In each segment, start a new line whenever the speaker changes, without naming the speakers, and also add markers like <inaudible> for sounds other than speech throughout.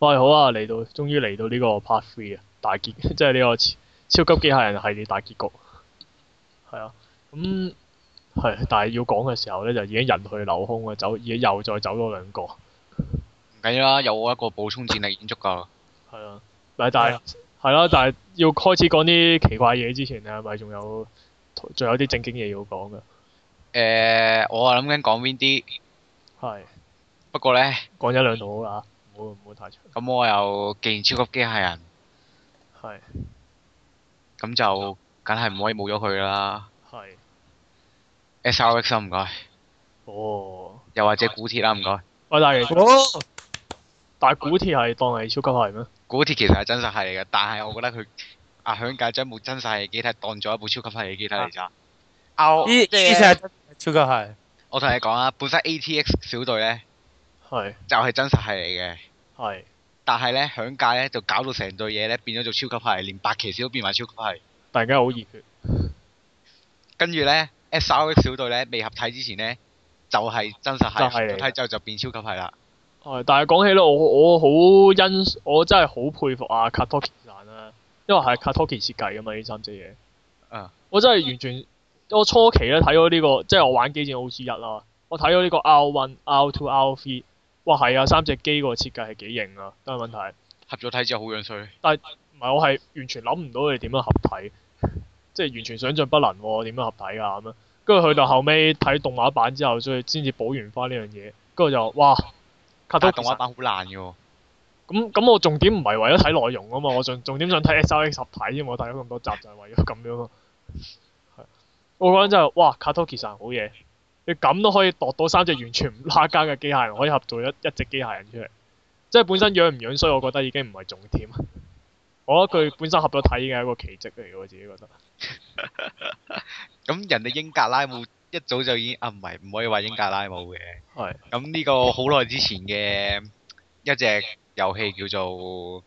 喂，好啊，嚟到，終於嚟到呢個 part three 啊，大結， <laughs> 即係呢個超超級機械人系列大結局。係啊，咁、係，但係要講嘅時候咧，就已經人去樓空啊，走，已經又再走多兩個。
唔緊要啦，有我一個補充戰力已經足夠啦。
係啊，嗱，但係係啦，但係要開始講啲奇怪嘢之前，你係咪仲有仲有啲正經嘢要講㗎？
誒、我啊諗緊講邊啲，
係，
不過呢，
講一兩度好啦，唔好唔好太長。
咁我又既然超級機械人，
係
咁就梗係唔可以冇咗佢啦。
係，
S R X 啦，唔該，
哦。
又或者古鐵啦，唔該。
喂，但係其實
哦，
但係古鐵係當係超級係咩？
古鐵其實係真實系嚟嘅，但係我覺得佢阿響界將部真實系嘅機體當咗一部超級系嘅機體嚟咋。啊，我
呢呢
即係
哦隻係超級係，
我同你講啊，本身 A T X 小隊呢，
係
就係真實系嚟嘅，
係
但係呢，響界呢，就搞到成隊嘢呢變咗做超級系，連白騎士都變埋超級系。
突然間好熱血，
跟住咧，S R X 小隊咧未合體之前咧，就係、真實
就
係
係嚟
合體之後就變超級係啦。
係，但係講起咧，我我好欣，我真係好佩服阿 Katoki 散啦，啊因為係 Katoki 設計噶嘛呢三隻嘢。
嗯
我真係完全，我初期咧睇咗呢個，即係我玩機戰 O C 一啦，我睇咗呢個 R One、R Two、R Three，哇係啊，三隻機個設計係幾型啊，但係問題
合咗體之後好樣衰，
啊唔係我係完全諗唔到佢哋點樣合體，即係完全想像不能喎、點樣合體啊咁樣。跟住去到後尾睇動畫版之後，所以先至補完翻呢樣嘢，跟住就哇
但
，Katoki
係動畫版好爛嘅喎。
咁咁，我重點唔係為咗睇內容啊嘛，我重重點想睇 S R X 實體啫嘛，我睇咗咁多集就係為咗咁樣咯。係，我嗰陣真係哇，卡托其實好嘢，你咁都可以度到三隻完全唔拉更嘅機械人，可以合做一一隻機械人出嚟，即係本身樣唔樣衰，我覺得已經唔係重點。 <laughs> 我覺得佢本身合咗體已經係一個奇蹟嚟嘅，我自己覺得。
咁人哋英格拉姆一早就已經啊，唔係唔可以話英格拉姆嘅。
係
咁呢個好耐之前嘅一隻遊戲叫做誒、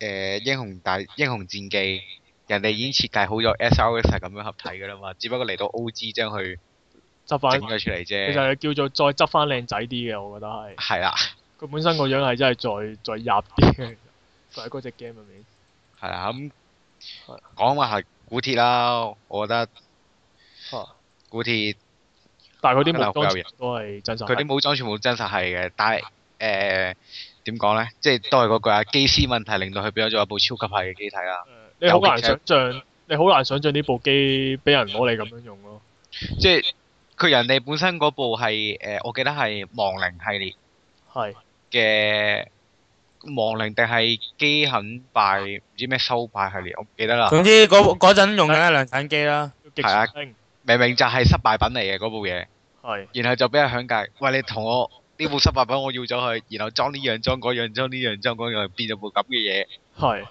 呃英雄大英雄戰記，人哋已經設計好咗 S R X 係咁樣合體嘅啦嘛，只不過嚟到 O G 將佢
執
整
翻，
咗出嚟
其實
啫。
係叫做再執翻靚仔啲嘅，我覺得係。
係啦，
佢本身個樣係真係再再入啲嘅，其實就喺嗰隻 game 入面。
係啦，咁
係
講話係古鐵啦，我覺得。
啊
古鐵
但係佢啲武
可能好
裝
有型
都係真實。
佢啲武裝全部真實係嘅，但係誒點講咧？即係都係嗰句啊，機師問題令到佢變咗做一部超級係嘅機體啦。
你好難想像，你好難想像呢部機俾人攞嚟咁樣用咯。
即係佢人哋本身嗰部係誒、呃我記得係亡靈系
係
列嘅亡靈定係機肯敗唔知咩收敗系列，我唔記得啦。
啊總之嗰嗰陣用緊係量產機啦，
要極
係啊
速升
明明就係失敗品嚟嘅嗰部嘢，
係
然後就俾人響界，喂你同我呢部失敗品我要咗佢，然後裝呢樣裝嗰樣裝呢樣裝嗰樣，變咗部咁嘅嘢，
係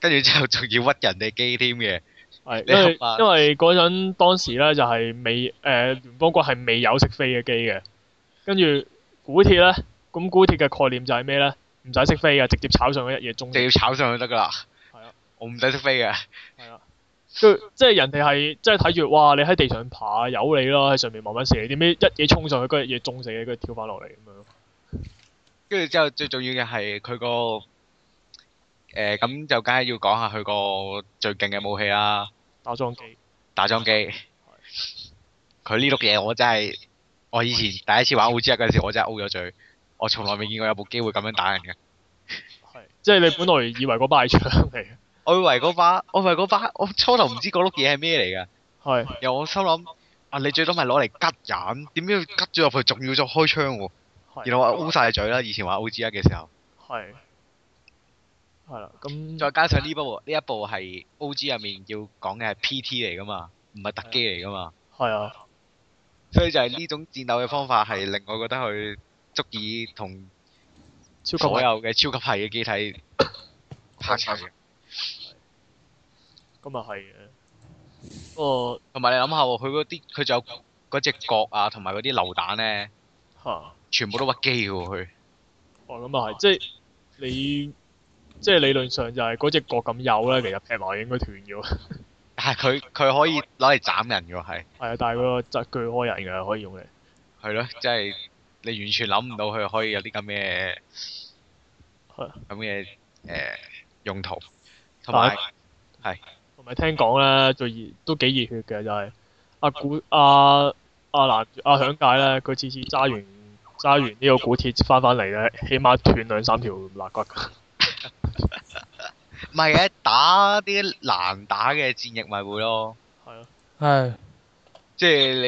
跟住之後仲要屈人哋機添嘅。
係，
你
因為
合法
因為嗰陣當時咧就係未誒呃聯邦軍係未有識飛嘅機嘅，跟住古鐵咧，咁古鐵嘅概念就係咩咧？唔使識飛嘅，直接炒上去一夜中。
就要炒上去得噶啦。
嗯係啊
我唔使識飛嘅，
係啊，跟住即係人哋係即係睇住，哇！你喺地上爬，有你啦，喺上面慢慢射，點知一嘢衝上去，跟住一嘢中死你，跟住跳翻落嚟咁樣。
跟住之後最重要嘅係佢個誒咁就梗係要講下佢個最勁嘅武器啦，
打裝機
打樁機。佢呢碌嘢我真係，我以前第一次玩 O.G. 嗰陣時，我真係 O 咗嘴，我從來未見過有部機會咁樣打人嘅。
係，即係你本來以為嗰把係槍嚟嘅，
我以為嗰把，我以為嗰把，我初頭唔知嗰碌嘢係咩嚟噶，
係。
又我心諗啊，你最多咪攞嚟吉人，點解要吉咗入去，仲要再開槍喎？
係
然後我 O 晒你嘴啦，以前玩 O.G. 嘅時候。
係係啦，咁
再加上呢部呢一部係 O.G. 入面要講嘅係 P.T. 嚟噶嘛，唔係特機嚟噶嘛，
係啊，
所以就係呢種戰鬥嘅方法係令我覺得佢足以同
超級
所
咁啊
有嘅超級系嘅
<coughs>
機體拍齊嘅。
啊係嘅。不過
同埋你諗下喎，佢嗰啲佢仲有嗰只角啊，同埋嗰啲榴彈咧，
嚇，哦
全部都屈機嘅喎佢。
咁啊係，即係你即係理論上就係嗰只角咁幼咧，其實劈埋應該斷咗。 <laughs>
但係佢佢可以攞嚟斬人嘅喎係，
係啊，但係佢個質巨開人嘅，可以用嚟。
係咯，即係你完全諗唔到佢可以有啲咁嘅
係
咁嘅誒用途，同埋
同埋聽講咧，最熱都幾熱血嘅就係阿古阿阿蘭阿響界咧，佢次次揸完揸完呢個古鐵翻返嚟咧，起碼斷兩三條肋骨。
唔係嘅打啲難打嘅戰役咪會咯，
係啊，
係
即係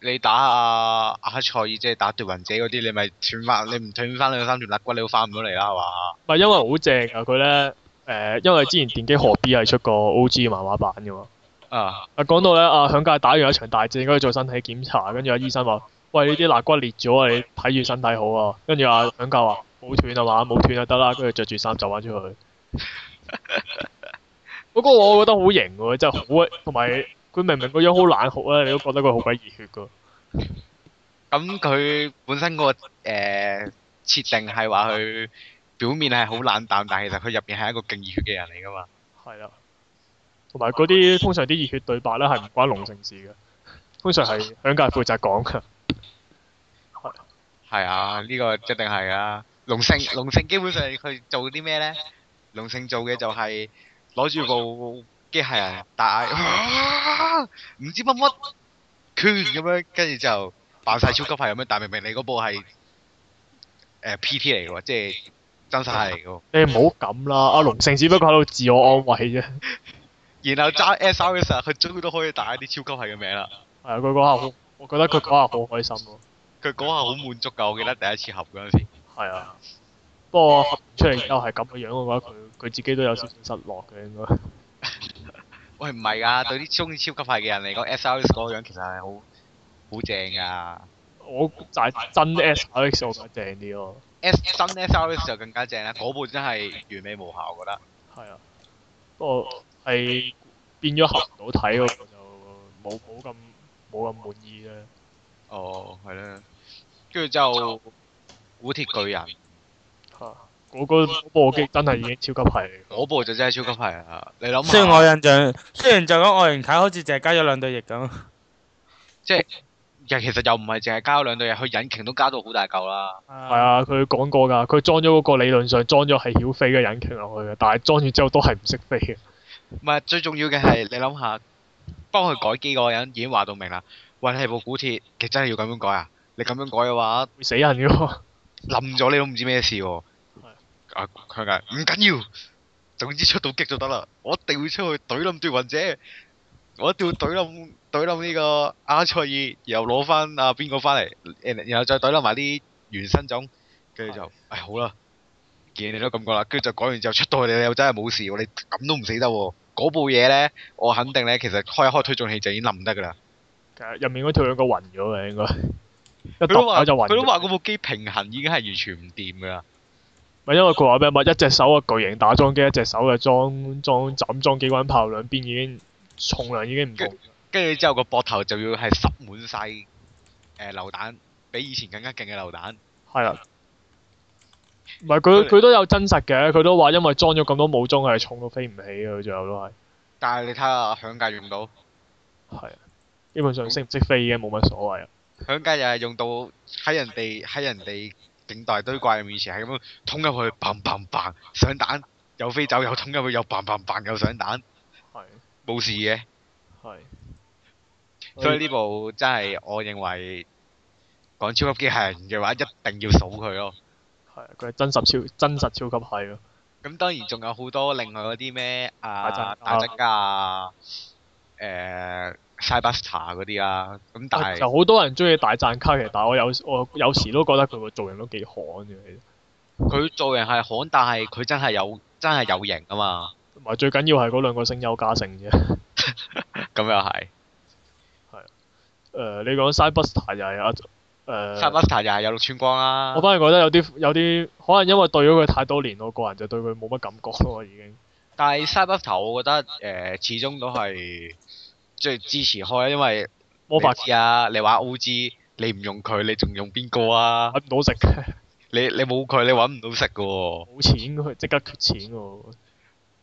你你打阿阿塞爾，即係打奪魂者嗰啲，你咪斷翻，你唔斷翻兩三條肋骨，你都翻唔到嚟啦，係嘛？
唔係因為好正啊！佢咧誒，因為之前電擊何 B 係出過 O.G. 漫畫版嘅嘛。
啊，
啊，講到咧，啊響界打完一場大戰，應該做身體檢查，跟住阿醫生話：喂，呢啲肋骨裂咗啊，你睇住身體好啊。跟住阿響界話：冇斷啊嘛，冇斷就得啦。跟住着住衫走翻出去。 <laughs> 不過我覺得好型喎，真係好鬼，同埋佢明明個樣好冷酷啊咧，你都覺得佢好鬼熱血噶。
咁佢本身個誒、呃、設定係話佢表面係好冷淡，但係其實佢入邊係一個勁熱血嘅人嚟噶嘛。
係啦，同埋嗰啲通常啲熱血對白咧係唔關龍城事嘅，通常係響界負責講㗎。
係啊，呢、個一定係啊。龍勝龍勝基本上佢做啲咩咧？龍勝做嘅就係攞住部機械人大嗌，啊唔知乜乜圈咁樣，跟住就扮晒超級係咁樣，但明明你嗰部係誒、呃 PT 嚟嘅喎，即係真實係嚟嘅喎。
你唔好咁啦，阿龍城只不過喺度自我安慰啫。
然後揸 SRS 啊佢終於都可以打一啲超級係嘅名啦。
係啊，佢嗰下好，我覺得佢嗰下好開心咯。
佢嗰下好滿足㗎，我記得第一次合嗰陣時。
係啊，不過合出嚟之後係咁嘅樣嘅話，佢佢自己都有少少失落嘅應該。
喂，唔係㗎，對啲中意超級係嘅人嚟講，SRS 嗰個樣其實係好好正㗎。
我就係真 S R X 我覺得正啲咯。
S 真 SRS 就更加正啦，嗰部真係完美無瑕，我覺得。
係啊，不過係變咗合唔到體嗰個就冇冇咁冇咁滿意啫。
哦，係啦。跟住就古鐵巨人，
嚇、嗰個嗰部機真係已經超級係嚟
嗰部就真係超級係啦。你諗
啊雖然我
下，
印象，雖然就講外形睇好似淨係加咗兩對翼咁，
又其實又唔係淨係加咗兩對嘢，佢引擎都加到好大嚿啦。
係啊，佢講過㗎，佢裝咗嗰個理論上裝咗係曉飛嘅引擎落去嘅，但係裝完之後都係唔識飛嘅。
唔係最重要嘅係，你諗下，幫佢改機嗰個人已經話到明啦。喂，你係部古鐵，你真係要咁樣改啊？你咁樣改嘅話，
會死人嘅喎。 <laughs>
冧咗你都唔知咩事喎。啊，佢嗌唔緊要，總之出到擊就得啦。我一定會出去懟冧奪魂者，我一定要懟冧懟冧呢個阿塞爾，然後攞翻啊邊個翻嚟，誒然後再懟冧埋啲原生種，跟住就唉好啦，見你都咁講啦，跟住就改完之後出到去你又真係冇事喎，你咁都唔死得喎。嗰部嘢呢，我肯定呢，其實開一開推進器就已經冧得㗎啦。
其實入面嗰條兩個暈咗嘅應該，一
佢都
揼
話
手就暈
佢
咗。
都話嗰部機平衡已經係完全唔掂㗎啦。
咪因為佢話咩咪一隻手啊巨型打裝機，一隻手啊裝裝枕裝機關炮，兩邊已經重量已經唔同。
跟住之後個膊頭就要係塞滿晒誒榴彈，比以前更加勁嘅榴彈。
係啦。唔係佢佢都有真實嘅，佢都話因為裝咗咁多武裝係重到飛唔起嘅，佢最後都係
但係你睇下響界用到，
係啊基本上識唔識飛已經冇乜所謂啊。
響界又係用到喺人哋喺人哋勁大堆怪面前係咁樣捅入去砰砰砰上彈，又飛走又捅入去又砰砰砰又上彈，
係
冇事嘅。
係。
所以呢部真係我認為講超級機械人嘅話，一定要數佢咯。
係佢係真實超真實超級係咯。
咁當然仲有好多另外嗰啲咩啊
大
大
增
增加啊，誒 Cyberster 嗰啲啦。咁但
啊就
係
好多人中意大贊卡嘅，但係我有我有時都覺得佢個造型都幾罕嘅，其實
佢做人係罕，但係佢真係有真係有型啊嘛。
同埋最緊要係嗰兩個聲優加成啫。 <laughs>
咁又係
誒、呃你講 Cyberster 就係阿誒，
Cyberster 又係有綠穿
我
光啦。
反而覺得有啲有啲可能因為對咗佢太多年，我個人就對佢冇乜感覺咯，已經
但係 Cyberster 我覺得誒、始終都係即係支持開，因為
魔法
你知啊，你玩 O.G. 你唔用佢，你仲用邊個啊？
揾唔到食，
你你冇佢，你揾唔到食嘅喎。
冇錢佢即刻缺錢喎。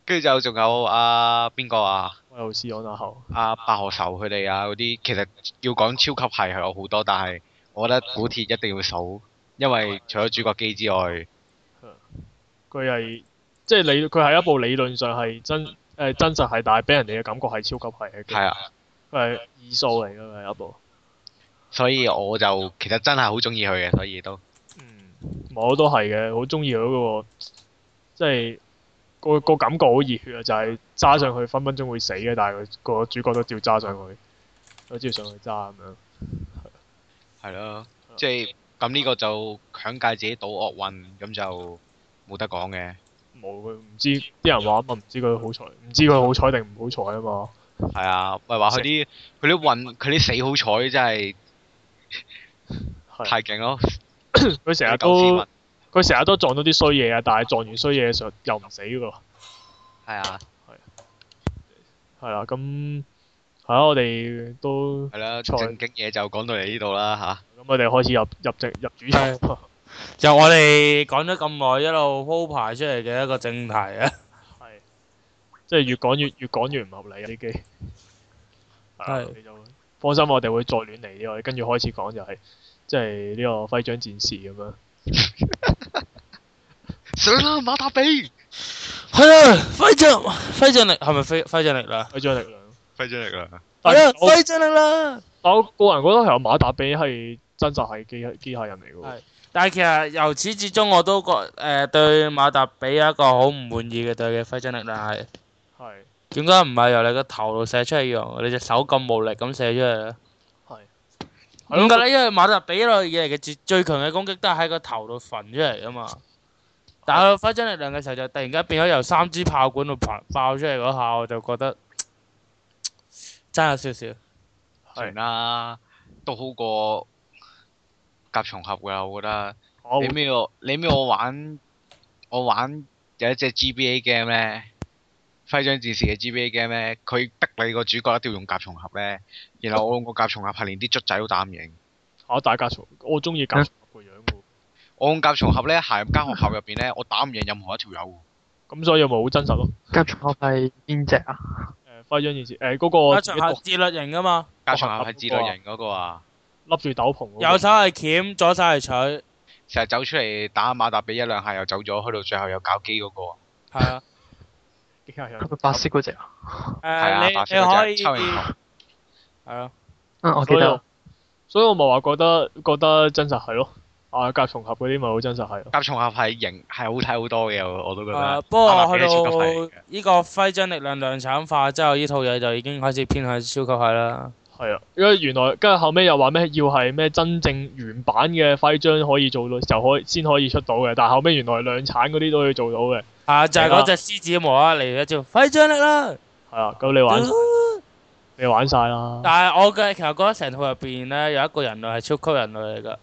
跟住就仲有啊邊個啊？
我又試講下後，
阿白河愁佢哋啊嗰啲，其實要講超級係係有好多，但係我覺得古鐵一定要數，因為除咗主角機之外，
佢係即係理佢係一部理論上係真誒、真實係，但係俾人哋嘅感覺係超級係嘅。
係啊，
佢係二數嚟㗎佢係一部。
所以我就其實真係好中意佢嘅，所以都
嗯，我都係嘅，好中意佢嗰個，即係個個感覺好熱血啊！就係、揸上去分分鐘會死嘅，但係佢個主角都照揸上去，都照上去揸咁樣。
係咯，即係咁呢個就強戒自己賭惡運，咁就冇得講嘅，
冇佢唔知啲人話啊嘛，唔知佢好彩，唔知佢好彩定唔好彩啊嘛。
係啊，咪話佢啲佢啲運佢啲死好彩真係
係
太勁咯，
佢成日
啲舊市民
都佢成日都撞到啲衰嘢啊，但係撞完衰嘢就又唔死㗎喎。
係啊，
係啦，咁係啦，我哋都
係啦，
錯
正經嘢就講到嚟呢度啦吓。
咁，我哋開始入入正入主題。
由我哋講咗咁耐，一路鋪排出嚟嘅一個正題啊。
係，即係越講越越講越唔合理啊！呢 <laughs> 機啊
係
你就放心，我哋會再亂嚟呢個，跟住開始講就係、即係呢個徽章戰士咁樣。
上啦，馬達比！
係啦，揮將揮將力係咪揮揮將力啦？
徽章力量。
揮咗力啦！
但
係啦，啊
係我
揮將力啦。
但我個人覺得係馬達比係真實係機機械人嚟嘅
係但係其實由始至終我都覺誒、呃、對馬達比有一個好唔滿意嘅對佢嘅揮將力啦，係
喎，係
點解唔係由你個頭度射出嚟，用你隻手咁無力咁射出啊嚟咧？
係。
點解咧？因為馬達比一路以嚟嘅最最強嘅攻擊都係喺個頭度焚出嚟噶嘛。但係佢揮真力量嘅時候，就突然間變咗由三支炮管度爆爆出嚟嗰下，我就覺得真有少少。
算啦，都好過甲蟲俠㗎，我覺得。
我
你咩我你咩我玩我玩有一隻 GBA game 咧，徽章戰士嘅 GBA game 咧，佢逼你個主角一定要用甲蟲俠咧，然後我用個甲蟲俠係連啲卒仔都打唔贏。
我大家嘈，我中意搞個樣喎。
我用甲蟲俠咧行入間學校入邊咧，我打唔贏任何一條友喎。
咁所以咪好真實咯。
甲蟲俠係邊只啊？
誒徽章戰士誒嗰、
馬
個自
場
己
係自律型噶嘛，
甲蟲俠係自律型嗰個啊，
笠住斗篷嗰個、
右手係鉗，左手係取，
成日走出嚟打馬達比一兩下又走咗，去到最後又搞基嗰個啊。
係啊。
機械人
係咪白色嗰只啊？
係
誒
啊，
你
白色
你可
嗰
以
隻抽型
係
球。
咯，
啊，我記
所以
得
我所以我咪話覺得覺得真實係咯，啊甲蟲俠嗰啲咪好真實係咯，
甲蟲俠係型係好睇好多嘅，我我都覺
誒
<laughs> 得。
不過
啊馬達比
去
係超級廢嚟嘅
到呢個揮章力量量產化之後，呢套嘢就已經開始偏向超級係啦。
係啊，因為原來跟住後尾又話咩要係咩真正原版嘅徽章可以做到就可以先可以出到嘅，但係後尾原來量產嗰啲都可以做到嘅，
啊，就係嗰隻獅子無啦啦嚟一招揮章力啦，
係啊，咁你玩你玩晒啦，
但係我嘅其實覺得成套入邊咧有一個人類係超級人類嚟噶，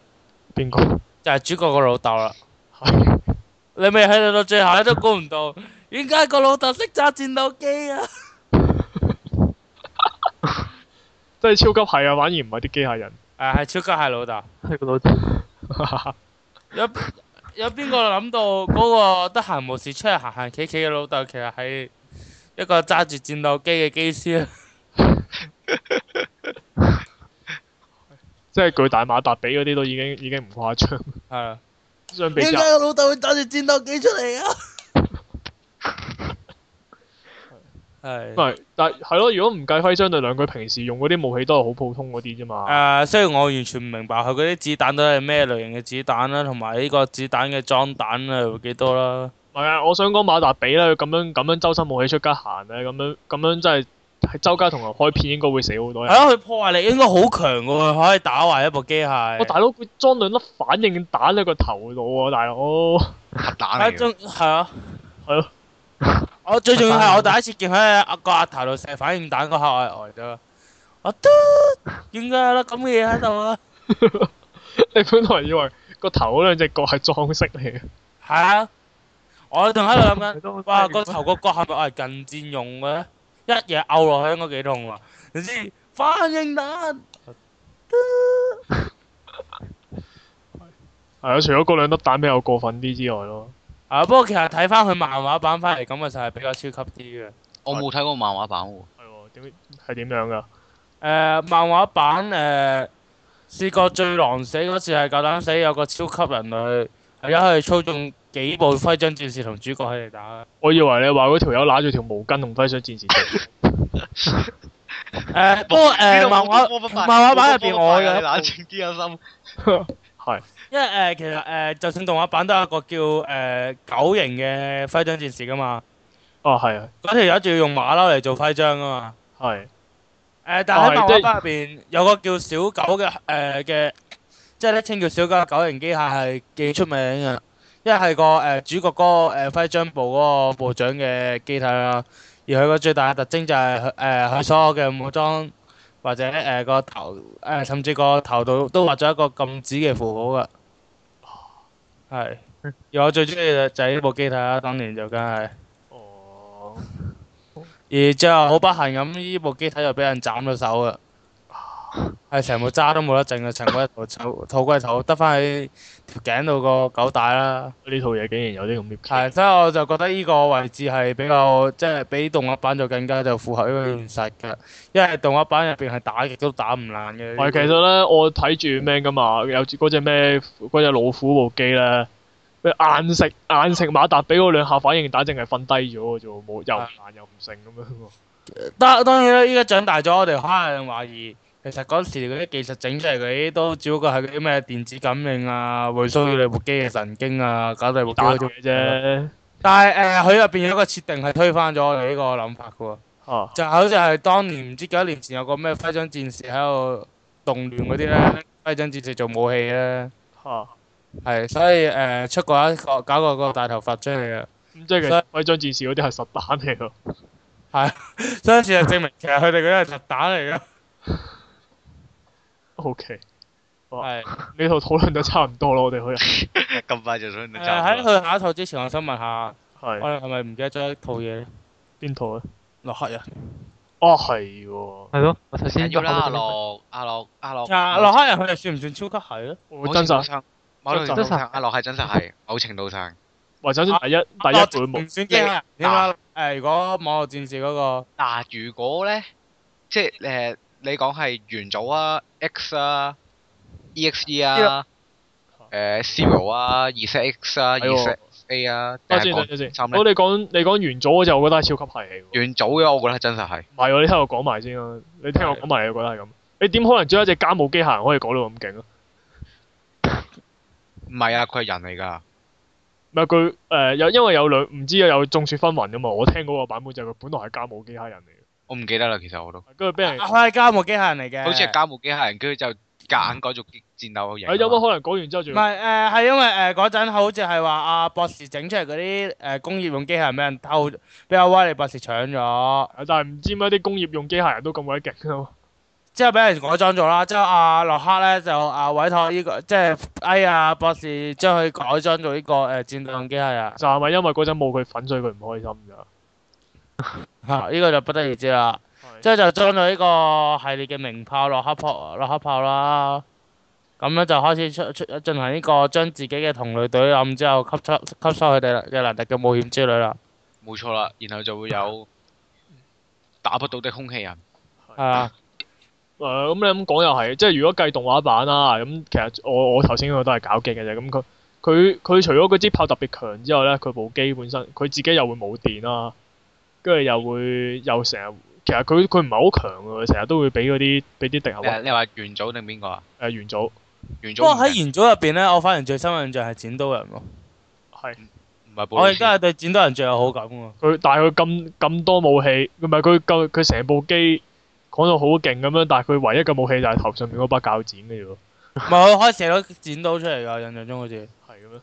邊個？ <laughs>
就係主角個老豆啦。
係
你咪喺度到最後都估唔到，點解個老豆識揸戰鬥機啊？
真係超級係啊，反而唔係啲機械人， <laughs>
誒啊係超級係老豆，
係個老豆，
有有邊個諗到嗰個得閒無事出嚟行行企企嘅老豆，其實係一個揸住戰鬥機嘅機師啊？
即係巨大馬達比嗰啲都已經已經唔誇張，
係啊，
相比之
點解
下
個老豆會揸住戰鬥機出嚟啊？係
唔。係，但係係咯，如果唔計徽章對兩佢平時用嗰啲武器都係好普通嗰啲啫
誒、
嘛。
雖然我完全唔明白佢嗰啲子彈都係咩類型嘅子彈啦，同埋呢個子彈嘅裝彈係幾多啦。
唔係啊，我想講馬達比咧，佢咁樣咁樣周身武器出街行咧，咁樣咁樣真係喺周街同人開片應該會死好多
係
人。
咯，佢破壞力應該好強噶喎，佢可以打壞一部機
我
械。
大佬佢裝兩粒反應彈喺個頭度喎，大佬。 <laughs>
核
啊，
彈嚟嘅。
仲係啊，
係咯。
我最重要係我第一次見佢喺個額頭度射反應彈嗰下，我係呆咗。我嘟，點解有粒咁嘅嘢喺度啊？
你本來以為個頭嗰兩隻角係裝飾嚟嘅，
係啊，我仲喺度諗緊
佢。都
哇！個頭個角係咪我係近戰用嘅咧？一嘢摳落去應該幾痛啊！你知反應彈，
係啊，除咗嗰兩粒彈比較過分啲之外咯，
啊！不過其實睇翻佢漫畫版翻嚟，咁啊就係比較超級啲嘅。誒、
我冇睇過漫畫版喎。
係喎點係點樣㗎？
漫畫版誒、試過最狼死嗰次係夠膽死，有個超級人類係一去操縱幾部徽章戰士同主角喺度打。
我以為你話嗰條友揦住條毛巾同揮水戰士直，
誒，不過
呃
誒漫畫漫畫版入邊我有一
冷
部
靜啲啊心， <laughs>
<laughs> 係
因為誒、呃其實誒、呃就算動畫版都有一個叫誒、呃狗型嘅徽章戰士噶嘛，
哦係
嗰條友仲要用馬騮嚟做徽章噶嘛。
係
誒、但係
哦
喺
係
漫
即
畫
係
版入邊有個叫小狗嘅誒嘅，即係咧稱叫小狗嘅狗型機械係幾出名嘅，一係個誒、呃主角嗰、個、呃、徽章部嗰個部長嘅機體啦，而佢個最大嘅特徵就係佢誒佢所有嘅武裝或者誒、呃、個頭誒、呃甚至個頭度都畫咗一個禁止嘅符號
哦
噶，係。而我最中意嘅就係呢部機體啦，當年就梗係。
哦
而最後好不幸咁，呢部機體就俾人斬咗手啊！係成部渣都冇得剩啊，成個一頭草土龜頭，得翻喺條頸度個狗帶啦。
呢套嘢竟然有啲咁嘅
係，所以我就覺得呢個位置係比較即係比動畫版就更加就符合呢個現實㗎，因為動畫版入邊係打極都打唔爛嘅。
喂，其實咧，我睇住咩噶嘛，有隻嗰只咩嗰只老虎部機咧，咩硬食硬食馬達俾嗰兩下反應蛋，淨係瞓低咗嘅啫喎，冇又唔爛又唔剩咁樣喎。
當當然啦，依家長大咗，我哋可能懷疑，其實嗰時嗰啲技術整出嚟嗰啲都只不過係嗰啲咩電子感應啊，會騷擾你部機嘅神經啊，搞到你部機
打
嗰
嘅
種
啫，
但係誒，佢入邊有一個設定係推翻咗我哋呢個諗法嘅喎，
嚇
就好似係當年唔知幾多年前有個咩徽章戰士喺度動亂嗰啲咧，徽章戰士做武器咧，
嚇，
係所以誒、出過一個搞過個大頭髮出嚟嘅，
咁即係其實威章戰士嗰啲係實彈嚟咯。 <laughs>
所以事實證明其實佢哋嗰啲係實彈嚟嘅，
O K，哇
係
呢套討論得差唔多咯，我哋可以
咁快就想
誒呃喺佢下一套之前，我想問下，我
係
哋係咪唔記得咗一套嘢咧？
邊套咧？
洛克人，
哦，係喎，
係咯，我頭先
要啦，
都
阿
考慮到
樂阿樂阿樂
啊洛克人佢哋算唔算超級係咧？
我真實，
上，某程度
真實
上阿樂係真實係，某程度上，
或者第一
第
第一本冇
啊唔算機械人點啊？誒，如果網絡戰士嗰、個
嗱如果咧，即係誒你講係元祖啊、X 啊、EXE 啊、誒 Zero 啊、二 s X 啊、二
係喎
s。A 啊，定
等
係
先
講
等先，
三
我
咧
你講你講元祖嗰隻，我覺得係超級係嚟喎。
元祖嘅，我覺得係真實係。
唔係喎，你聽我講埋先啦。你聽我講埋，你就覺得係咁。你點可能將一隻家務機械人可以講到咁勁啊？
唔係啊，佢係人嚟㗎。
唔係佢誒有，因為有兩唔知有眾說紛紜噶嘛。我聽嗰個版本就係佢本來係家務機械人嚟
我唔記得啦，其實我都。
嘅，跟住
<laughs>
俾人
啊佢係家務機械人嚟嘅，
好似係家務機械人，跟住就夾硬改做戰鬥
誒
型啊嘛。
有乜可能講完之後
唔
仲要
係誒，係因為誒嗰陣好似係話阿博士整出嚟嗰啲誒工業用機械人俾人偷，俾阿威利博士搶咗，
啊但係唔知點解啲工業用機械人都咁鬼勁啊嘛？
之後俾人改裝咗啦。之後阿洛克咧就啊委託呢、個即係哎呀博士將佢改裝做呢、個誒、戰鬥用機啊械人，
就係咪因為嗰陣冇佢粉水，佢唔開心咋？
嚇、呢、個就不得而知啦。之後就裝咗呢個系列嘅名炮洛克炮洛克炮啦。咁咧就開始出出進行呢個將自己嘅同類隊冧之後吸收吸收佢哋嘅能力嘅冒險之旅啦。
冇錯啦，然後就會有打不到的空氣人。
係啊。
誒咁你咁講又係，即係如果計動畫版啦，咁其實我我頭先嗰個都係搞機嘅啫。咁佢佢佢除咗嗰支炮特別強之外咧，佢部機本身佢自己又會冇電啦，跟住又會又成日，其實佢佢唔係好強嘅，成日都會俾嗰啲俾啲敵後
你話你話元祖定邊個啊？
誒元祖
元
不
祖唔
過喺
係
元祖入邊咧，我反而最深印象係剪刀人咯。
係
唔係布
我
魯
亦
斯
都係對剪刀人最有好感喎。
佢，但係佢咁咁多武器，唔係佢佢佢成部機講到好勁咁樣，但係佢唯一嘅武器就係頭上面嗰把鉸剪嘅啫喎，
唔係佢可以射到剪刀出嚟㗎，印象中好似。
係嘅咩？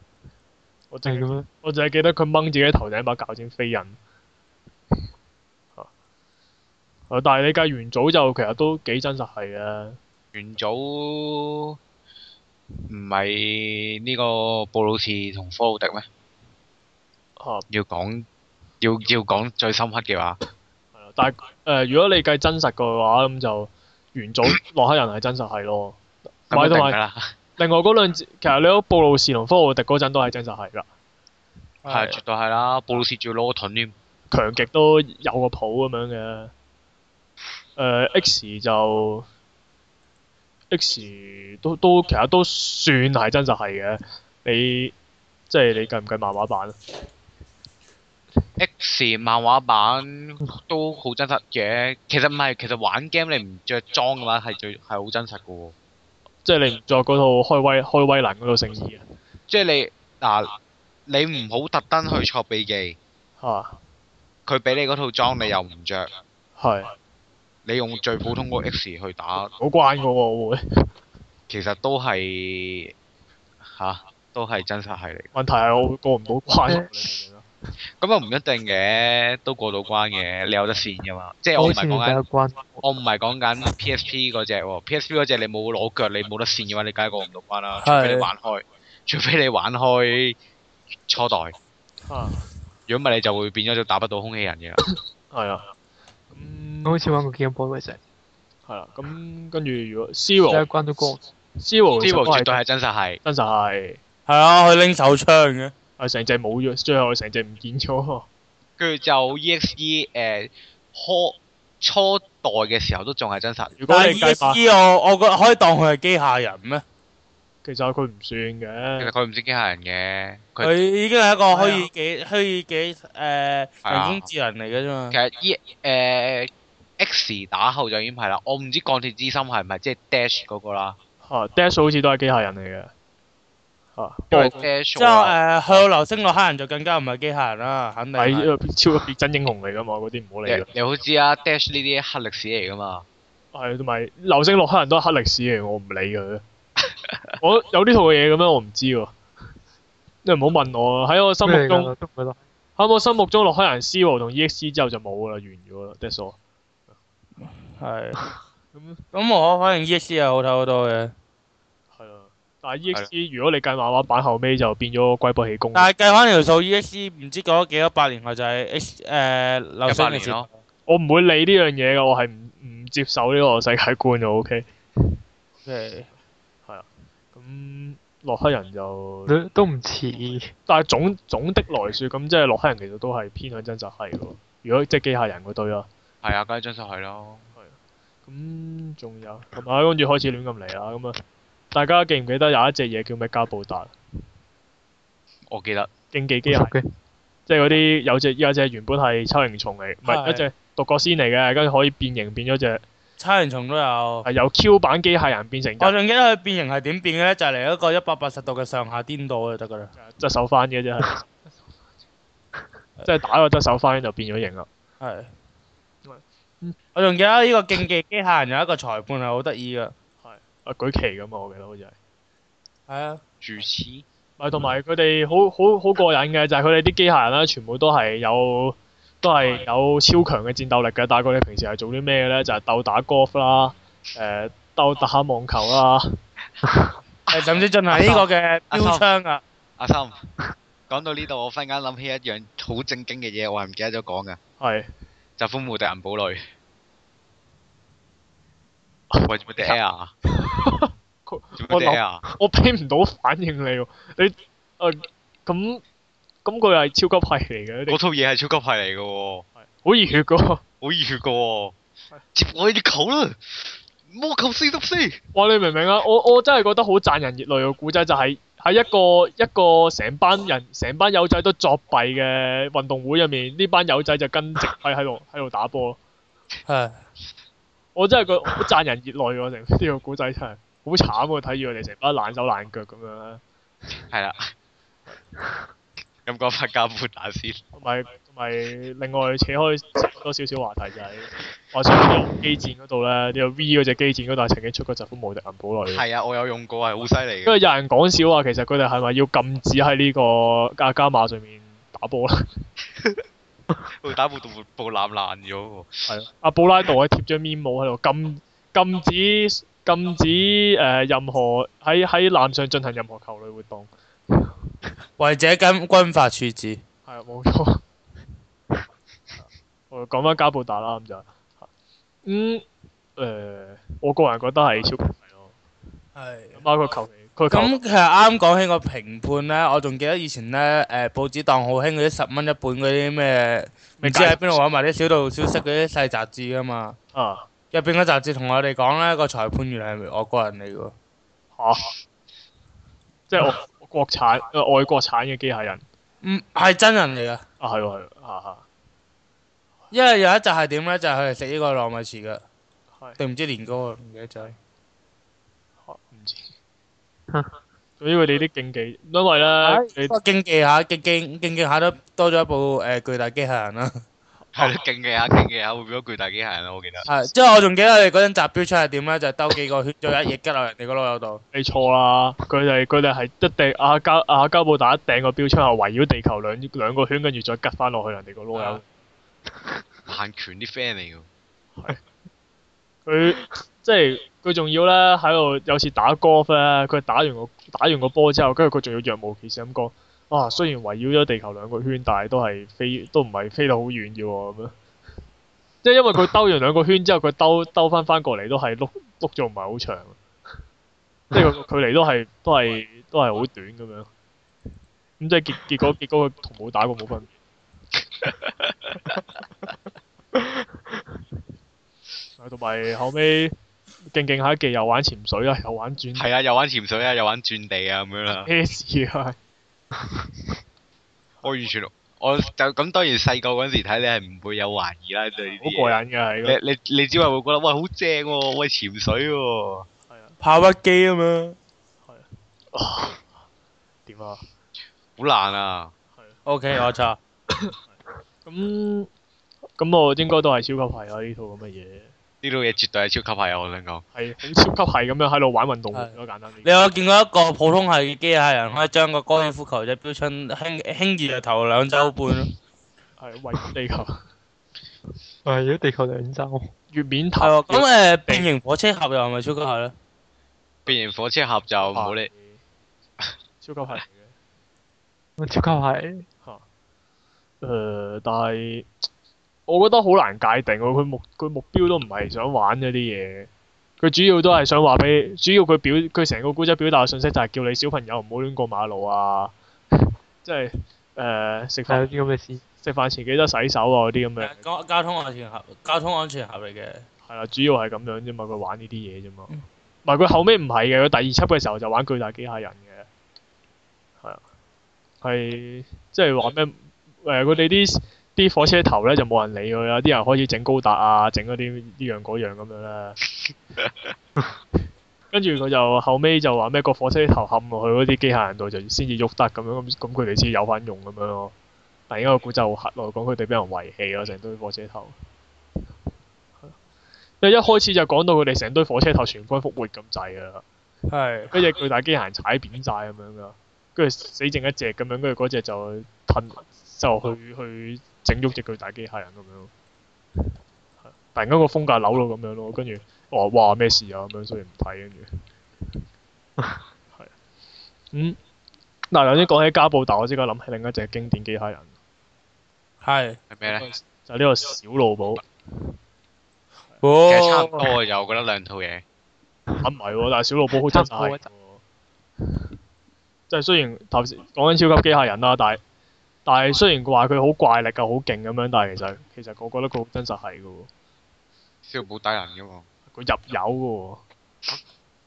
我淨
係
係
咁樣，
我淨係記得佢掹自己頭頂把鉸剪飛人。啊啊但係你計元祖就其實都幾真實係嘅，啊
元祖唔係呢個布魯斯同科魯迪咩？
嚇、啊、
要講要要講最深刻嘅話，
係啦。但係誒、呃如果你計真實嘅話，咁就元祖洛克人係真實係咯。唔
咁
係
一
同
定
埋
㗎啦。
另外嗰兩隻，其實你嗰布魯士同科奧迪嗰陣都係真實係啦，啊
係絕對係啦，布魯斯仲要攞個盾添。
強極都有個譜咁樣嘅。誒、X 就 X 都都其實都算係真實係嘅，你即係你計唔計漫畫版啊？
X 漫畫版都好真實嘅，其實唔係，其實玩 game 你唔着裝嘅話係最係好真實嘅喎，
即係你唔作嗰套開威開威能嗰套聖衣
即係你嗱、你唔好特登去錯秘技，
啊，
佢俾你嗰套裝你又唔着，
嚇係
你用最普通嗰個 X 去打，
好關嘅喎我會。
其實都係吓、都係真實係嚟。
問題係我會過唔到關，你明唔明啊？
咁又唔一定嘅，都過到關嘅，你有得線噶嘛？即係我
好
唔
似
係
第一
講緊，
關，
我唔係講緊 PSP 嗰只喎，PSP 嗰只你冇攞腳，你冇得線嘅話，你梗係過唔到關啦。除
係
非你玩開，除非你玩開初代，
嚇
如果唔係你就會變咗做打不到空氣人嘅啦。
係啊。咁
我好似玩過 Game Boy 嘅啫，
係啦，咁跟住如果
第一
Zero
關都過唔
Zero
呢部絕對
係
係真實係，
真實係
係啊，佢拎手槍嘅，
係成隻冇咗，最後成隻唔見咗。
跟住就 E EXE 誒、呃初初代嘅時候都仲係真實，
如果
但
你計
係
埋，
E 我我覺得可以當佢係機械人咩？
其實佢唔算
其實
嘅，
佢唔知機械人嘅，佢
佢已經係一個虛擬
啊
幾虛擬幾誒人
啊
工智能嚟嘅啫嘛
其。實 E 誒、X 打後就已經係啦，我唔知鋼鐵之心係唔係即係 Dash 嗰個啦，
嚇 Dash 啊好似都係機械人嚟啊嘅，嚇，因
因為
為
Dash
之後
我
誒向流星落黑人就更加唔係機械人啦，肯定係。
係呃超級真英雄嚟噶嘛，嗰啲唔好理
你
啦。
你好知啊，Dash 呢啲黑歷史嚟噶嘛，
係同埋流星落黑人都係黑歷史嚟，我唔理佢。我有呢套嘢咁樣，我唔知喎。你唔好問我啊！喺我心
咩
目
嚟
中，
㗎都唔會咯。
喺我心目中落黑人 Zero 同 EXC 之後就冇噶啦，完咗啦，That's all。
係。
咁
咁我反正 E.S.C E 係好睇好多嘅，
係啊，但係 EXC 如果你計漫畫版後尾就變咗龜波氣功。
但係計翻條數，E.S.C 唔知過咗幾多百年後就係 H 誒流星
100
嘅
年
時
咯
候。
我唔會理呢樣嘢嘅，我係唔唔接受呢個世界觀嘅。O K，
OK
咁洛克人就，
都都唔似，
但係總總的來說，咁即係洛克人其實都係偏向真實係嘅喎。如果即係機械人嗰堆啦，
係啊，梗係真實係咯，
咁仲有同埋跟住開始亂咁嚟啦。咁啊，大家記唔記得有一隻嘢叫咩加布達
我記得
競技機
幾熟
械人？
嘅。
即係嗰啲有隻有隻原本係秋形蟲嚟，唔係
係
一隻獨角仙嚟嘅，跟住可以變形變咗隻
差人蟲都有。
係由 Q 版機械人變成
我
人，
仲記得佢變形係點變嘅咧，就係嚟一個一百八十度嘅上下顛倒就得㗎啦。
側手翻嘅啫係，即係打個側手翻就變咗形啦。
係
嗯。
我仲記得呢個競技機械人有一個裁判係好得意㗎。
啊舉旗咁啊，我記得好似係。
係啊，
住黐
咪同埋佢哋好好好過癮嘅，就係佢哋啲機械人啦，全部都係有都係有超強嘅戰鬥力嘅。但係佢哋平時係做啲咩嘅咧？就係、鬥打 golf 啦，誒、鬥打網球啦，
誒甚至進行呢個嘅
阿
標槍啊。
阿心。講到呢度，我忽然間諗起一樣好正經嘅嘢，我係唔記得咗講嘅，
係 <laughs>
就係《寬無敵銀堡類》。喂，做乜
其實
嗲啊？
佢
做
我
乜
諗
嗲啊？
我俾唔到反應你喎。你誒咁咁佢係超級係嚟嘅，你
嗰套嘢係超級派嚟嘅喎，
好熱血嘅喎。
好熱血嘅喎，接我啲球啦！魔球四十四，
哇！你明唔明啊？我我真係覺得好賺人熱淚嘅古仔，就係喺一個一個成班人、成班友仔都作弊嘅運動會入面，呢班友仔就跟直批喺度喺度打波。
係。
我真係覺得好賺人熱淚喎，成呢個古仔真係好慘喎！睇住佢哋成班爛手爛腳咁樣咧，
係啦。咁講翻加布打先，
同埋同埋另外扯開多少少話題就係、話說呢個機戰嗰度咧，呢、個 V 嗰只機戰嗰度係曾經出過疾風無敵銀堡類。
係啊，我有用過，係好犀利
因
嘅。
為有人講笑話，其實佢哋係咪要禁止喺呢個加加馬上面打波咧？
佢打部部部攬爛咗喎，
係啊阿布拉道喺貼張 memo 喺度禁禁止禁止誒、呃任何喺喺艦上進行任何球類活動。
違者軍軍法處置。
係啊，冇錯。 <laughs> 我講翻加布達啦，咁就嗯誒、呃我個人覺得係超級係咯。
係。
包括球佢球
咁其實啱講起個評判咧，我仲記得以前咧，誒、報紙檔好興嗰啲十蚊一本嗰啲咩，唔
咩
知喺邊度揾埋啲小道消息嗰啲細雜誌噶嘛。
啊
入邊個雜誌同我哋講咧，個裁判原來係外國人嚟嘅喎。
嚇，即係我國產、呃、外國產嘅機械人
唔係真人嚟噶，
啊，係喎係喎啊
因為有一集係點咧，就係佢哋食呢個糯米糍噶，
係係
定唔知年糕啊，唔記得咗。
啊唔知。總之佢哋啲競技，因為咧你
不過競技下，競競競技下都多咗一部誒巨大機械人 <laughs> 啦。
係咯，勁嘅啊，勁嘅啊，會變咗巨大機械人咯，我記得。
係，即係我仲記得佢哋嗰陣集標出係點咧，就兜幾個圈，再一嘢吉落人哋個老友度。
你錯啦，佢哋佢哋係一啊定阿加阿加布達一掟個標槍，係圍繞地球兩兩個圈，跟住再吉翻落去人哋個窿
啊
友。
限拳啲 friend 嚟㗎，
佢即係佢仲要咧喺度有次打 golf 咧，佢打完個打完個波之後，跟住佢仲要若無其事咁講：啊，雖然圍繞咗地球兩個圈，但係都係飛都唔係飛到好遠嘅喎咁樣。 <laughs> 即係因為佢兜完兩個圈之後，佢兜 <laughs> 兜翻翻過嚟都係碌碌咗唔係好長，即
<laughs>
係個距離都係都係都係好短咁樣。咁即係結結
<laughs>
果結果佢同冇打過冇分別。啊同埋後尾勁勁下技又玩潛水啦，又玩轉
係啊，又玩潛水啊，又玩轉地啊咁樣啦。
咩事啊？
我完全，我就咁當然細個嗰陣時睇你係唔會有懷疑啦對呢
好
啲
過
嘢。
癮㗎係個。
你你你只係會覺得喂好正喎，喂潛水喎。
係啊，
跑屈機啊嘛。
點啊？
好難啊！
O K，我錯。
咁咁我應該都係超級係啦，呢套咁嘅嘢
呢套嘢絕對係超級係啊！我想講，
係好超級係咁樣喺度玩運動員咯，簡單
你
啲。
有冇見過一個普通係機械人可以將個高爾夫球隻標槍輕輕易就投兩周半咯？
係圍地球 <laughs>
係如果地球兩周，
月面
係
頭
喎，咁啊誒變形火車俠又係咪超級係咧？
變形火車俠就唔好
啊
理，
超級係嚟嘅。
超級係
嚇！誒、但係我覺得好難界定喎。佢目佢目標都唔係想玩嗰啲嘢，佢主要都係想話俾，主要佢表佢成個古仔表達嘅信息就係叫你小朋友唔好亂過馬路啊， <laughs> 即係誒食
係
飯
有啲咁嘅事。
食飯前記得洗手啊嗰啲咁樣，
交交通安全盒，交通安全盒嚟嘅。
係啦，主要係咁樣啫嘛。佢玩呢啲嘢啫嘛，唔係佢後尾唔係嘅，佢第二輯嘅時候就玩巨大機械人嘅，係啊，係即係話咩？誒、佢哋啲啲火車頭咧就冇人理佢啦，啲人開始整高達啊，整嗰啲呢樣嗰樣咁樣啦。跟住佢就後尾就話咩個火車頭冚落去嗰啲機械人度就先至喐得咁樣，咁咁佢哋先有翻用咁樣咯。但係而家個古仔好黑咯，講佢哋俾人遺棄咯，成堆火車頭。因為一開始就講到佢哋成堆火車頭全軍覆沒咁滯噶啦，
係。
跟住巨大機械人踩扁晒咁樣噶，跟住死剩一隻咁樣，跟住嗰隻就吞就去去整喐只巨大機械人咁樣。係突然間個風格扭到咁樣咯，跟住我話哇咩事啊咁樣，所以唔睇跟住。係。啊嗯，嗱頭先講起家暴，但我即刻諗起另一隻經典機械人，
係。
係咩咧？
就係呢個小路寶。
其實差唔多
哦。
嘅就我覺得兩套嘢。
啊唔係喎，但係小老寶好真
差唔
係
多
喎，即係雖然頭先講緊超級機械人啦，但係但係雖然話佢好怪力啊、好勁咁樣，但係其實其實我覺得佢好真實係嘅喎，
小寶打人噶嘛，
佢入油嘅喎。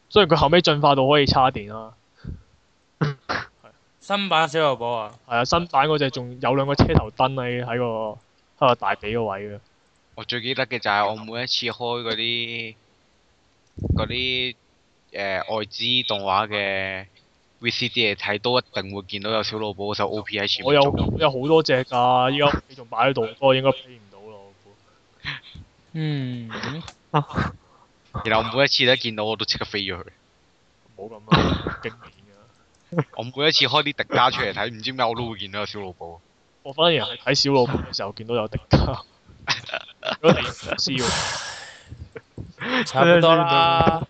雖然佢後尾進化到可以叉電啦，
新版小羅寶啊。
係啊，新版嗰只仲有兩個車頭燈喺喺個喺個大髀個位嘅，
我最記得嘅就
啊
係我每一次開嗰啲嗰啲誒外資動畫嘅 VCD 嚟睇，都一定會見到有小老寶嗰首 OP 喺前
我有
面做。
有好多隻㗎，依家你仲擺喺度，不過應該飛唔到咯，我估。
嗯。
然後我每一次都見到我都即刻飛咗去。
唔好咁啦，經典㗎。
我每一次開啲迪迦出嚟睇，唔知點解我都會見到有小老寶。
我反而係睇小老婆嘅時候見到有迪迦，如果你唔知喎，
差唔多 <laughs> 啦。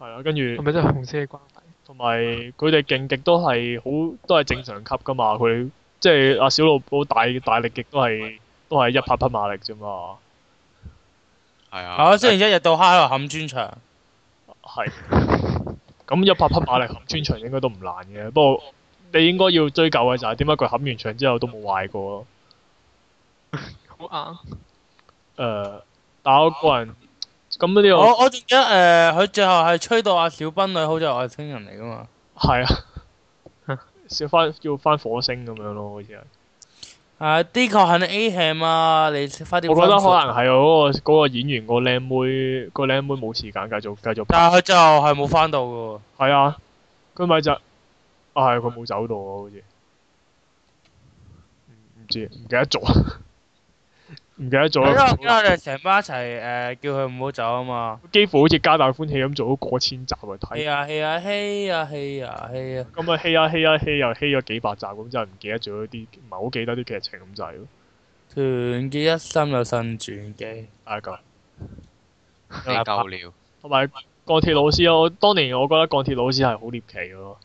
係啦，跟
係
住
咪真係紅色嘅關係？
同埋佢哋勁極都係好都係正常級噶嘛，佢即係阿小老婆大大力極都係都係一拍匹馬力啫嘛，
係啊。
我雖然一日到黑喺度冚磚牆。
係。咁一拍匹馬力冚穿牆應該都唔難嘅，不過你應該要追究嘅就係點解佢冚完牆之後都冇壞過咯。
好
誒、但我個人咁呢個
哦呃我我仲記得誒，佢最後係吹到阿小斌女好似外星人嚟噶嘛。
係啊，少翻要翻火星咁樣咯，好似係。
啊，的確係 A ham 啊，你快啲。
我覺得可能係嗰、個嗰個演員個靚妹，個靚妹冇時間繼續繼續拍。
但係佢最後係冇翻到嘅喎。
係啊，佢咪就啊係佢冇走到啊，好似唔唔知唔記得咗， <laughs> 唔記得咗
因為
啦。
因為我哋成班一齊誒叫佢唔好走啊嘛。
幾乎好似皆大歡喜咁做咗過千集嚟睇
係，啊係啊嘿啊嘿啊嘿啊！
咁啊欺啊欺啊欺又欺咗幾百集，咁真係唔記得咗啲，唔係好記得啲劇情咁滯咯。
團結一心有新轉機。
係咁。
你夠了，
同埋鋼鐵老師咯，我當年我覺得鋼鐵老師係好獵奇嘅咯。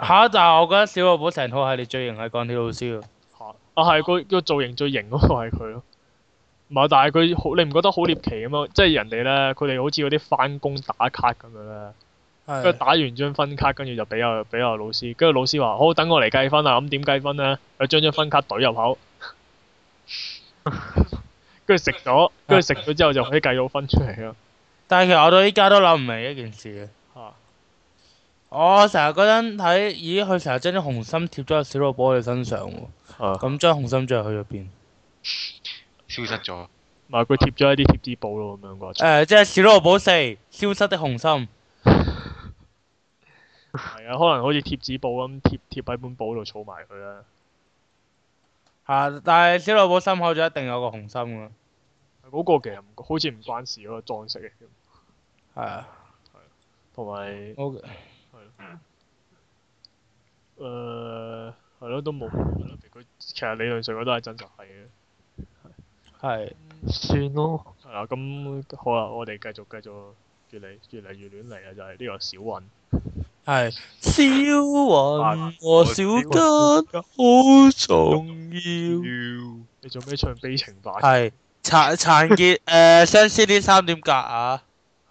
嚇！但係我覺得小老寶成套系列最型係鋼鐵老師喎。
嚇！啊係個個造型最型嗰個係佢咯。唔係，但係佢好，你唔覺得好獵奇咁樣？即係人哋咧，佢哋好似嗰啲翻工打卡咁樣咧，跟住
係
打完張分卡，跟住就俾阿俾阿老師，跟住老師話：好，等我嚟計分啊！咁點計分咧？佢將張分卡懟入口， <laughs> 跟住食咗，跟住食咗之後就可以計到分出嚟咯。
但係其實我到依家都諗唔明一件事嘅。
嚇！
我成日嗰陣睇，咦？佢成日將啲紅心貼咗喺小老寶佢身上喎。
啊
咁張紅心最後去咗邊？
消失咗，
唔係佢貼咗一啲貼紙簿咯，咁樣啩。
誒、即係小老寶四消失的紅心。
係啊，可能好似貼紙簿咁貼貼喺本簿度儲埋佢啦。
啊！但係小老寶心口就一定有個紅心㗎，
嗰、個其實唔好似唔關事嗰個裝飾嚟嘅，
係啊，
同埋
我
誒呃係咯，都冇佢其實理論上佢都係真實係嘅。
係
算咯，
係啦，咁好啦，我哋繼續繼續越嚟越嚟越亂嚟啊！就係、呢個小雲。
係小雲和小吉好重要，
你做咩唱悲情版？
係殘殘結誒相思呢三點格啊！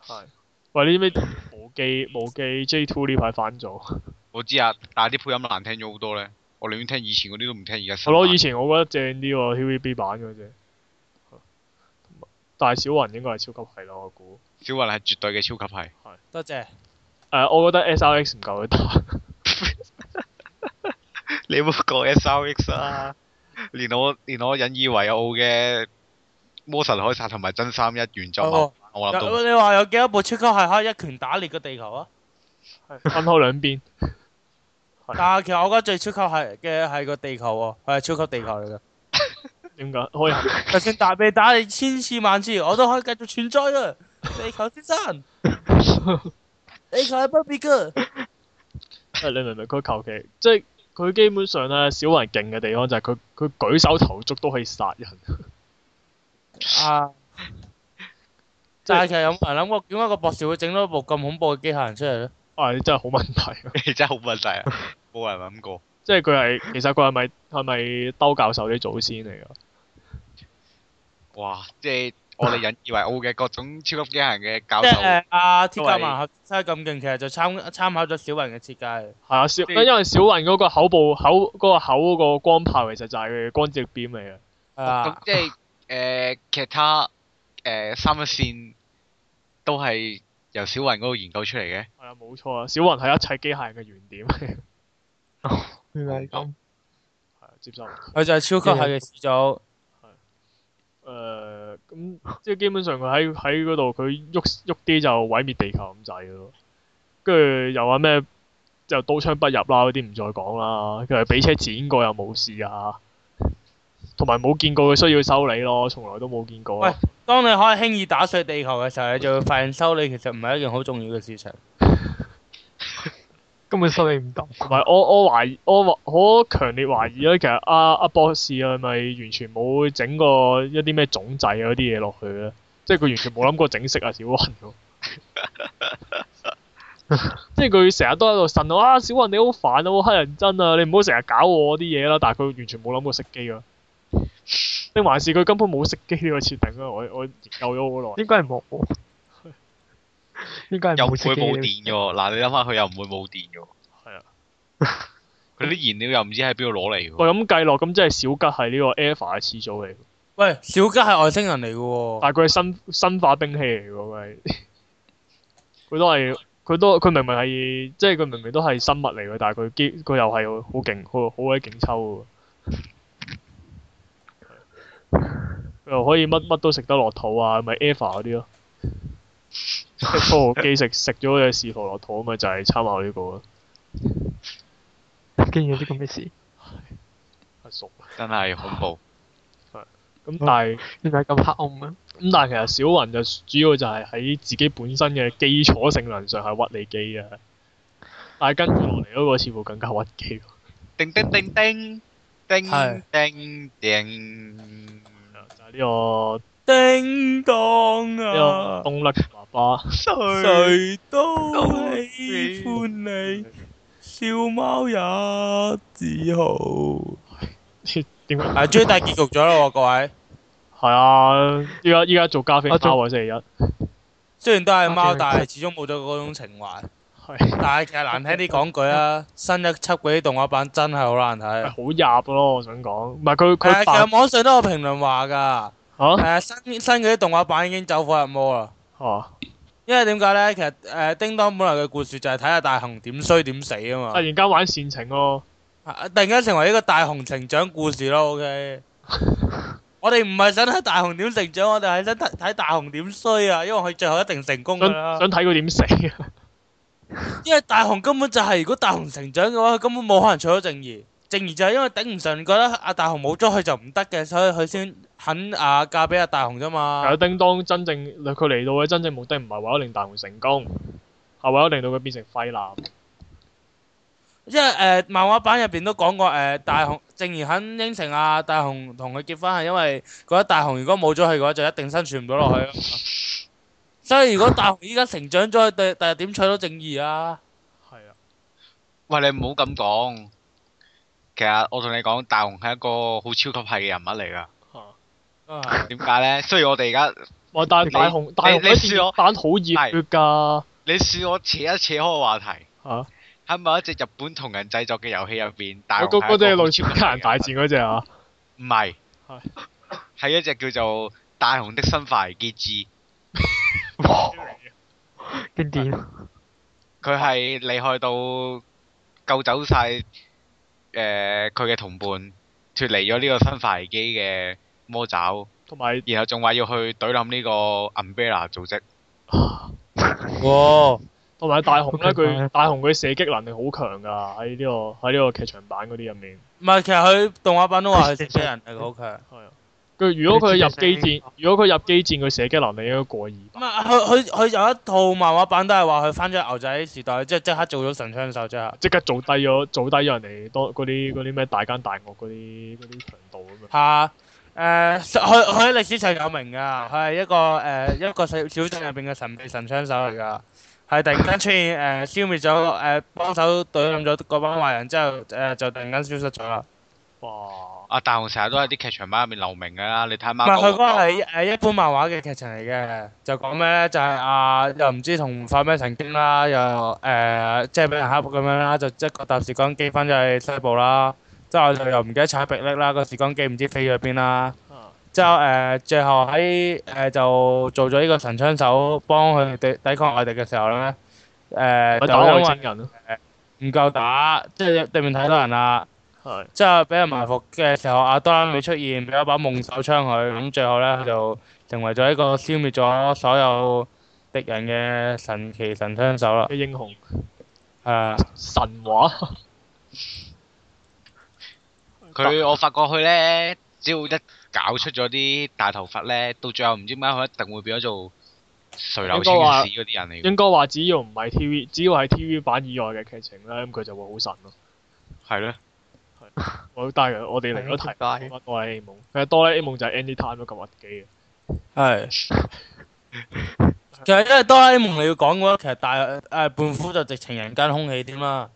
係。喂，呢啲咩無記無記 J Two 呢排反咗？
我知啊，但係啲配音難聽咗好多咧。我寧願聽以前嗰啲都唔聽而家
我
新版。
攞以前我覺得正啲喎，TVB 版嗰只。但係小雲應該係超級係咯，我估。
小雲係絕對嘅超級係，
多謝，
誒、我覺得 SRX 唔夠佢打。
你冇講 S R X 啊！連我連我引以為傲嘅魔神凱撒同埋真三一原作
哦
漫，我諗到
有你話有幾多部超級係可以一拳打裂個地球啊？
分開兩邊。係
但係其實我覺得最超級係嘅係個地球喎，佢係超級地球嚟嘅。
點解？可以係
就算打被打你千次萬次，我都可以繼續存在嘅。地球先生，地球係不變嘅。
即係你明唔明？佢求其即係佢基本上咧，小雲勁嘅地方就係佢佢舉手投足都可以殺人。
啊！
即係
但係其實有冇人諗過點解個博士會整到一部咁恐怖嘅機械人出嚟咧？
啊！ <laughs> 真係好問題。
你 <laughs> 真係好問題啊！冇人諗過，
即係佢係其實佢係咪係咪兜教授啲祖先嚟㗎？
哇！即係我哋引以為傲嘅各種超級機械人嘅教
即係
授，
誒，阿鐵甲萬合真係咁勁，其實就參參考咗小雲嘅設計。
係啊，小
即
因
係
為小雲嗰個口部口嗰、個口個光炮其實就係光接邊嚟嘅。
咁
係啊，
即係誒其他誒三一線都係由小雲嗰度研究出嚟嘅。
係啊，冇錯啊！小雲係一切機械人嘅原點， <laughs> 係
原來係咁。
啊接受唔到。
佢就係超級係嘅始
嗯
祖。
誒呃咁、即係基本上佢喺喺嗰度，佢喐喐啲就毀滅地球咁滯嘅咯。跟住又話咩就刀槍不入啦，嗰啲唔再講啦。佢係俾車剪過又冇事啊，同埋冇見過佢需要修理咯，從來都冇見過。啊
喂當你可以輕易打碎地球嘅時候，你就會發現修理其實唔係一件好重要嘅事情。
根本收你唔到。
同埋我我懷疑，我懷我強烈懷疑咧，其實阿、啊、阿、博士係咪完全冇整過一啲咩種仔啊嗰啲嘢落去咧？即係佢完全冇諗過整色啊小雲喎。即係佢成日都喺度呻我啊！小雲你好煩啊，好乞人憎啊！你唔好成日搞我啲嘢啦。但係佢完全冇諗過熄機啊。定還是佢根本冇熄機呢個設定啊！我我研究咗好耐。
應該係冇。
<laughs>
應該係
又唔
冇
會
熄機
冇
嘅
電嘅喎，嗱你諗下佢又唔會冇電嘅喎，
係啊。
佢啲燃料又唔知喺邊度攞嚟嘅喎
喂，咁計落咁即係小吉係呢個 Alpha 嘅始祖嚟喎。
喂，小吉係外星
啊
人嚟嘅喎。
但係佢係生生化兵器嚟嘅喎，佢係佢都係佢佢都佢明明係即係佢明明都係生物嚟嘅，但係佢基佢又係好勁，好好鬼勁抽喎。佢又可以乜乜都食得落肚啊，咪 Eva 嗰啲咯。即係侏羅紀食食咗隻士陀落肚，咪就係參考呢個咯。
竟然有啲咁嘅事，
係熟。
真係恐怖。
咁但係。
原來咁黑暗啊！
咁但係其實小雲就主要就係喺自己本身嘅基礎性能上係屈你機嘅，但係跟住落嚟嗰個似乎更加屈機。
叮叮叮叮叮
係
叮叮，
就係呢個
叮当
呢個
啊，
東甩爸
<laughs>
爸，
衰
谁都喜欢你，小猫也自豪。
點解
啊，終於大結局咗咯喎，各位。
係啊？依家依家做加菲
我做
貓啊，星期一
雖然都係貓，
啊
但係始終冇咗嗰種情懷。
係
但係其實難聽啲講句啊，新一輯嗰啲動畫版真係好難
係
睇。
好入咯，我想講，唔係佢
係啊，
佢
其
扮
實網上都有評論話㗎。 <laughs> 係
嚇
啊，新新嗰啲動畫版已經走火入魔啦。
嚇，
因為點解咧？其實誒、呃叮當本來嘅故事就係睇下大雄點衰點死啊嘛
突。然間玩煽情咯，
啊突然間成為一個大雄成長故事咯，OK。我哋唔係想睇大雄點成長，我哋係想睇睇大雄點衰啊！因為佢最後一定成功噶
想
啦。
想睇佢點死啊！
因為大雄根本就係、如果大雄成長嘅話，佢根本冇可能取咗正義。正義就係因為頂唔順，覺得阿大雄冇咗佢就唔得嘅，所以佢先肯啊嫁俾阿大雄啫嘛。
有啊叮當真正佢嚟到嘅真正目的唔係為咗令大雄成功，係為咗令到佢變成廢男。
因為誒、呃漫畫版入邊都講過誒、呃大雄正然肯應承啊大雄同佢結婚係因為覺得大雄如果冇咗佢嘅話就一定生存唔到落去啊嘛。所以如果大雄依家成長咗，第第日點取到正義啊？
係啊。
喂，你唔好咁講。其實我同你講，大雄係一個好超級系嘅人物嚟㗎。
啊
點解咧？雖然我哋而家
哇！但係
你
大雄大雄
你
嗰啲
你試我
電板好熱血㗎
你試我扯一扯開個話題，
嚇，
喺某一隻日本同人製作嘅遊戲入邊，大
嗰
雄
嗰嗰
係
隻
一個好
類
超
似
級
黑人
系嘅
大
人物
戰嗰只啊，
唔係
係，
係一隻叫做《大雄的新化危機之》，
哇，經典啊！
佢係厲害到救走晒誒佢嘅同伴，脱離咗呢個新化危機嘅魔爪，
同埋
然後仲話要去懟冧呢個 Umbrella 組織。
哇！
同埋大
<laughs>
雄咧，
好勁啊
佢大雄佢射擊能力好強㗎，喺呢個喺呢個劇場版嗰啲入面。
唔係，其實佢動畫版都話佢成長人力好強。
係啊，佢如果佢入
佢
機
自己
戰，如果佢入機戰，佢射擊能力應該過二百。
咁啊，佢佢佢有一套漫畫版都係話佢翻咗牛仔時代，即係即刻做咗神槍手即刻。
即刻做低咗，做低咗人哋多嗰啲嗰啲咩大奸大惡嗰啲嗰啲強盜咁樣。
嚇！誒，啊呃佢佢喺歷史上有名㗎，佢係一個誒、一個小小鎮入邊嘅神秘神槍手嚟㗎，係突然間出現誒、呃消滅咗誒、幫手隊冧咗嗰班壞人之後誒、就突然間消失咗啦。
哇！
啊！大雄成日都喺啲劇場版入面留名㗎啦，你睇
唔
貓
係佢嗰
狗
個
王
係呃誒一般漫畫嘅劇情嚟嘅，就講咩咧？就係、啊又唔知同發咩神經啦，又誒、即係俾人恰咁樣啦，就一個搭時光機翻咗去西部啦，之後就又唔記得踩迫力啦，個時光機唔知飛咗邊啦。
啊
之後誒、呃最後喺誒、呃就做咗呢個神槍手，幫佢哋抵抗外敵嘅時候咧，誒、
咪
就
打外
因
星人咯，
為唔夠打，即係對面睇到人啦。
係
之後俾人埋伏嘅時候，阿多拉美出現，俾一把夢手槍佢，咁最後咧佢就成為咗一個消滅咗所有敵人嘅神奇神槍手啦。
嘅英雄
係啊，
神話。
佢我發覺佢咧，只要一搞出咗啲大頭髮咧，到最後唔知點解佢一定會變咗做垂柳青
應該話
史嗰啲人嚟嘅，
應該話只要唔係 TV，只要係 TV 版以外嘅劇情咧，咁佢就會好神咯。
係咯。
我但係我哋嚟咗題，
係啊
講翻哆啦 A 夢。其實哆啦 A 夢就係 Anytime 都咁屈機嘅。
係。其實因為哆啦 A 夢你要講嘅話，其實大誒、呃、胖虎就直情人間空氣添啦。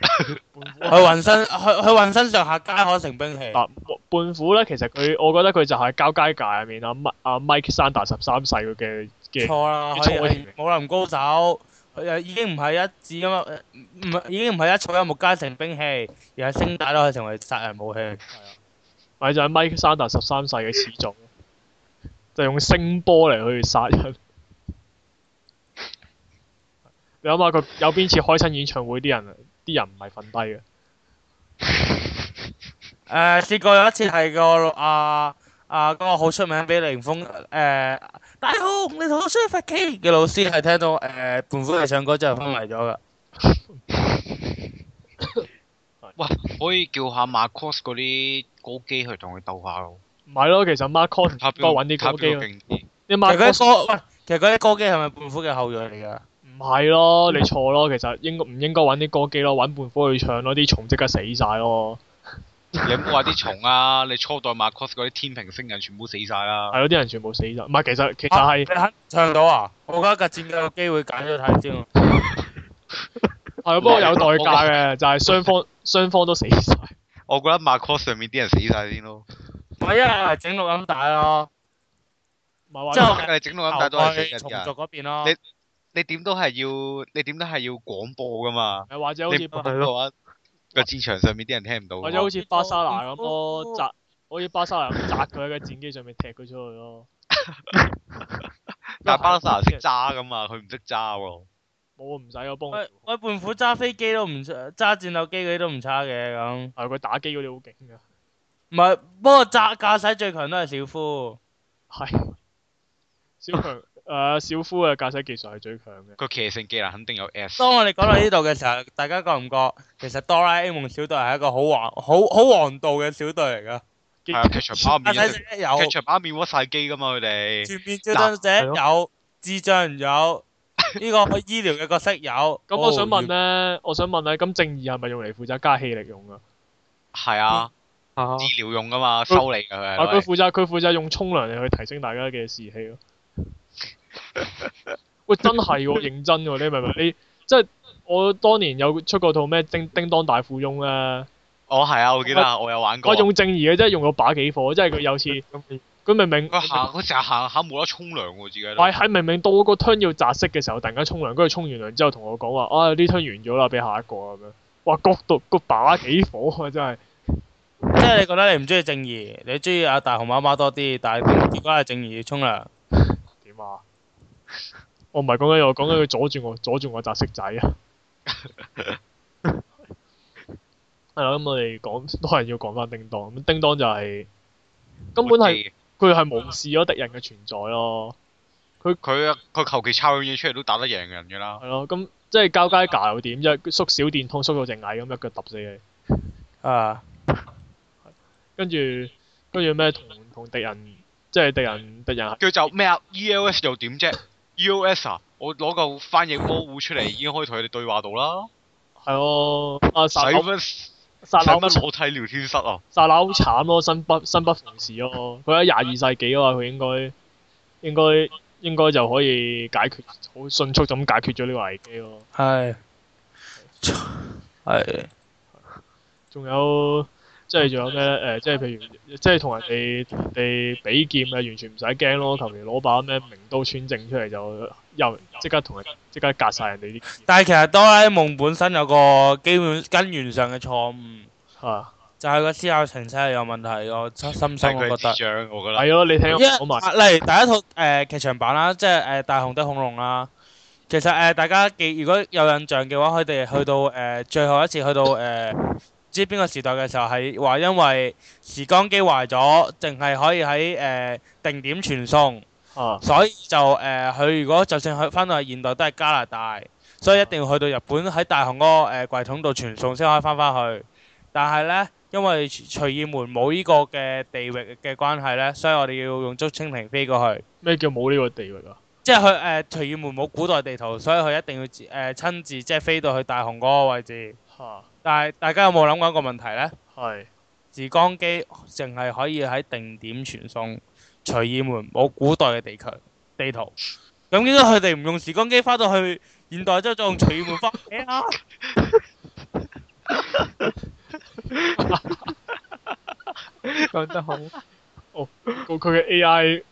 佢渾身，佢佢渾身上下皆可成兵器。
嗱，胖虎咧，其實佢，我覺得佢就係交街界入面啊，麥阿 Mike 山達十三世佢嘅嘅
錯啦，
嘅初
佢係
型
武林高手，佢又已經唔係一指咁啊，唔係已經唔係一草一木皆成兵器，而係聲帶都可以成為殺人武器。
咪就係 Mike 山達十三世嘅始祖，就用聲波嚟去殺人。你諗下佢有邊次開親演唱會啲人，啲人唔係瞓低嘅。
誒試過有一次係個啊啊嗰個好出名俾凌峰誒大家好，你同我相罰企嘅老師係聽到誒胖虎係唱歌之後昏迷咗㗎。
可以叫下 Marcos 嗰啲高機去同佢鬥
<laughs>
下咯。
唔係咯，其實 Mark Cotton
睇下邊個
多揾啲高機咯，
勁啲。
啲
其
Mark
實
Cotton
嗰啲歌喂，其實嗰啲歌姬係咪胖虎嘅後裔嚟㗎？
唔係咯，你錯咯，其實應該唔應該揾啲歌機咯，揾伴虎去唱咯，啲蟲即刻死晒咯，
你唔好話啲蟲啊！你初代 Marcos 嗰啲天平星人全部死晒啦。
係咯，啲人全部死晒。唔係，其實其實係
你肯唱到啊！我覺得架戰有機會揀咗睇先喎。
係啊，不過有代價
<laughs>
嘅，就係雙方雙方都死晒。
我覺得 Marcos 上面啲人死晒先 <laughs> 咯。
唔係一係整錄音帶咯，
唔係話
之後
你整到咁大都係死
去
人
重
㗎。
續嗰邊咯。
你你點都係要，你點都係要廣播㗎嘛。
誒或者好
你
似
唔係嘅話，個戰場上面啲人聽唔到
或者好
喎。
似巴沙拿咁咯，砸好似巴沙拿咁砸佢喺個戰機上面踢佢出去咯。
<laughs> 但係巴薩識揸㗎嘛，佢唔識揸喎。
冇唔使我幫佢
喂喂，胖虎揸飛機都唔差揸戰鬥機嗰啲都唔差嘅咁。
係佢打機嗰啲好勁㗎。
唔係，不過揸駕駛最強都係小夫。
係。小強誒小夫嘅駕駛技術係最強嘅。
佢騎乘技能肯定有 S。啊
當我哋講到呢度嘅時候，大家覺唔覺其實哆啦 A 夢小隊係一個好王好好王道嘅小隊嚟噶？
機
係啊，劇場版
駕
面
駛者
劇
有，
場版面屈晒機㗎嘛，佢哋。
全面照顧者
嗱
有，智
<laughs>
障有，呢個醫療嘅角色有。哦
咁我想問
啊
咧，我想問咧，咁正義係咪用嚟負責加氣力用啊㗎？
係啊，
啊
治，療用㗎嘛，修理㗎佢
啊，佢
係。
負責佢負責用沖涼嚟去提升大家嘅士氣
<laughs>
咯。喂，真係喎，認真喎，你明唔明？你即係我當年有出過套咩《叮叮當大富翁》咧，
哦，係啊，我記得啊，我有玩過
我
啊。
用正義嘅，即係用到把幾火，即係佢有次
咁你
佢明明
佢行，佢成日行下冇得沖涼喎，自己喺度。
係係明明到個 turn 要擲色嘅時候，突然間沖涼，跟住沖完涼之後同我講話啊呢 turn 完咗啦，俾下一個啊咁樣。哇，焗到個把幾火啊，真係
即係你覺得你唔中意正義，你中意阿大熊貓貓多啲，但係結果係正義要沖涼。
點啊！我唔係講緊我講緊佢阻住我阻住我擲色仔啊！係啦，咁我哋講都係要講翻叮當。咁叮當就係、根本係佢係無視咗敵人嘅存在咯。
佢佢求其抄樣嘢出嚟都打得贏人㗎啦。
係咯，咁即係交街架又點啫？縮小電筒縮到隻蟻咁一腳揼死你，
啊，
跟住跟住咩同同敵人即係敵人敵人係
佢就咩啊？ELS 又點啫？EOS 啊，我攞個翻譯魔護出嚟已經可以同佢哋對話到啦。
係咯，啊阿
使
薩柳
乜
薩
使
柳
乜裸體聊天室啊？
薩拉好慘咯，生不生不逢時咯。佢喺廿二世紀啊嘛，佢應該應該應該就可以解決好迅速咁解決咗呢個危機咯。
係，係。
仲有即係仲有咩咧？誒、即係譬如即係同人哋人哋比劍啊，完全唔使驚咯。求其攞把咩名刀穿正出嚟就又即刻同人即刻隔晒人哋啲劍
但係其實哆啦 A 夢本身有個基本根源上嘅錯誤，
嚇。
就係、個思考程式係有問題嘅。我深深
係
深
佢係
我覺得
智，障，我覺得。
係咯，你聽我
因為啊
講埋。
例如第一套誒、呃、劇場版啦，即係誒、呃大雄的恐龍啦。其實誒、呃大家記，如果有印象嘅話，佢哋去到誒、呃最後一次去到誒。呃唔知邊個時代嘅時候係話因為時光機壞咗，淨係可以喺誒、呃定點傳送，
啊
所以就誒，呃佢、如果就算去翻到去現代都係加拿大，所以一定要去到日本喺大雄嗰、個、呃、櫃桶度傳送先可以翻返去。但係呢，因為隨意門冇呢個嘅地域嘅關係呢，所以我哋要用竹蜻蜓飛過去。
咩叫冇呢個地域啊？
即係佢誒隨意門冇古代地圖，所以佢一定要自誒、呃、親自即係飛到去大雄嗰個位置。
嚇
但係大家有冇諗過一個問題呢？
係
時光機淨係可以喺定點傳送，隨意門冇古代嘅地球地圖。咁點解佢哋唔用時光機翻到去現代之後再用隨意門翻嚟啊？
講得 <laughs> 好，
佢佢嘅 AI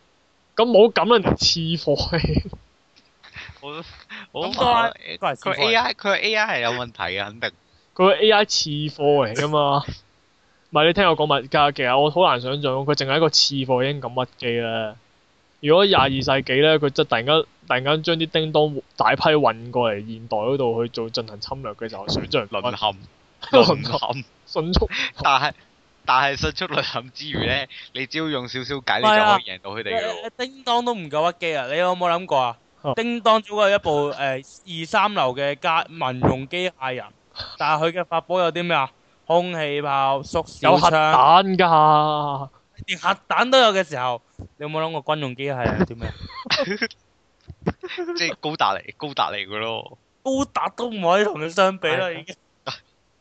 咁冇咁啦，人哋次貨氣。 <laughs>
我我
咁多啦
佢
都係
佢 AI 佢 AI 係有問題嘅，
<laughs>
肯定。
佢個 A.I. 次貨嚟噶嘛？唔係你聽我講物價，其實我好難想像，佢淨係一個次貨已經咁屈機啦。如果廿二世紀咧，佢即係突然間突然間將啲叮當大批運過嚟現代嗰度去做進行侵略嘅時候，想象唔
淪
到
<laughs>
陷，
淪
淪陷。
迅速
但係但係迅速淪陷之餘咧，你只要用少少解，你
唔係
就
啊
可以贏到佢哋嘅咯。
叮當都唔夠屈機啊！你有冇諗過啊
哦？
叮當只不過係一部誒二三流嘅家民用機械人，但係佢嘅法寶有啲咩啊？空氣炮、縮小
有核
槍，
彈㗎，
連核彈都有嘅時候，你有冇諗過軍用機械人
<laughs>
有啲咩？
即係高達嚟，高達嚟嘅咯。
高達都唔可以同佢相比啦，已經。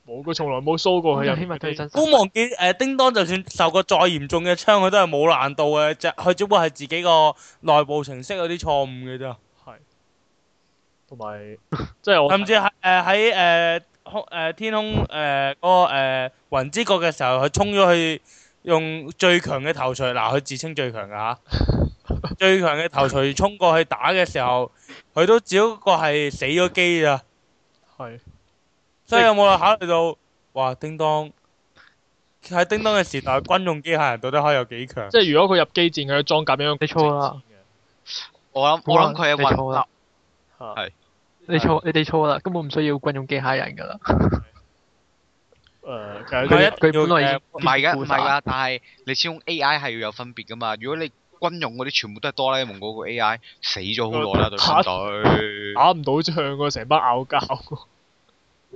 冇佢從來冇 show 過佢入
希望佢真
高忘記誒呃叮當就算受過再嚴重嘅傷，佢都係冇難度嘅，只佢只不過係自己個內部程式有啲錯誤嘅啫。
係，同埋即係我
甚至喺誒喺誒空誒天空呃誒嗰、個誒、雲之國嘅時候，佢衝咗去用最強嘅頭槌，嗱佢自稱最強㗎嚇，最強嘅頭槌衝過去打嘅時候，佢都只不過係死咗機咋，
係
所以有冇考慮到哇叮當喺叮當嘅時代，軍用機械人到底可以有幾強？
即係如果佢入機戰，佢嘅裝甲點樣？
你錯啦
我諗我諗佢係
你錯
混
啦
搭，
嚇
係
你錯，你哋錯啦，根本唔需要軍用機械人㗎啦。
誒，其實
唔係
佢
一
佢本來已
要嘅 <laughs>
經
唔係㗎，唔係
㗎。
啊
㗎。但係你始終 A.I. 係要有分別㗎嘛。如果你軍用嗰啲全部都係哆啦 A 夢嗰個 A.I. 死咗好耐啦，
<laughs>
對
嚇
軍隊。
打唔到仗喎，成班拗交喎。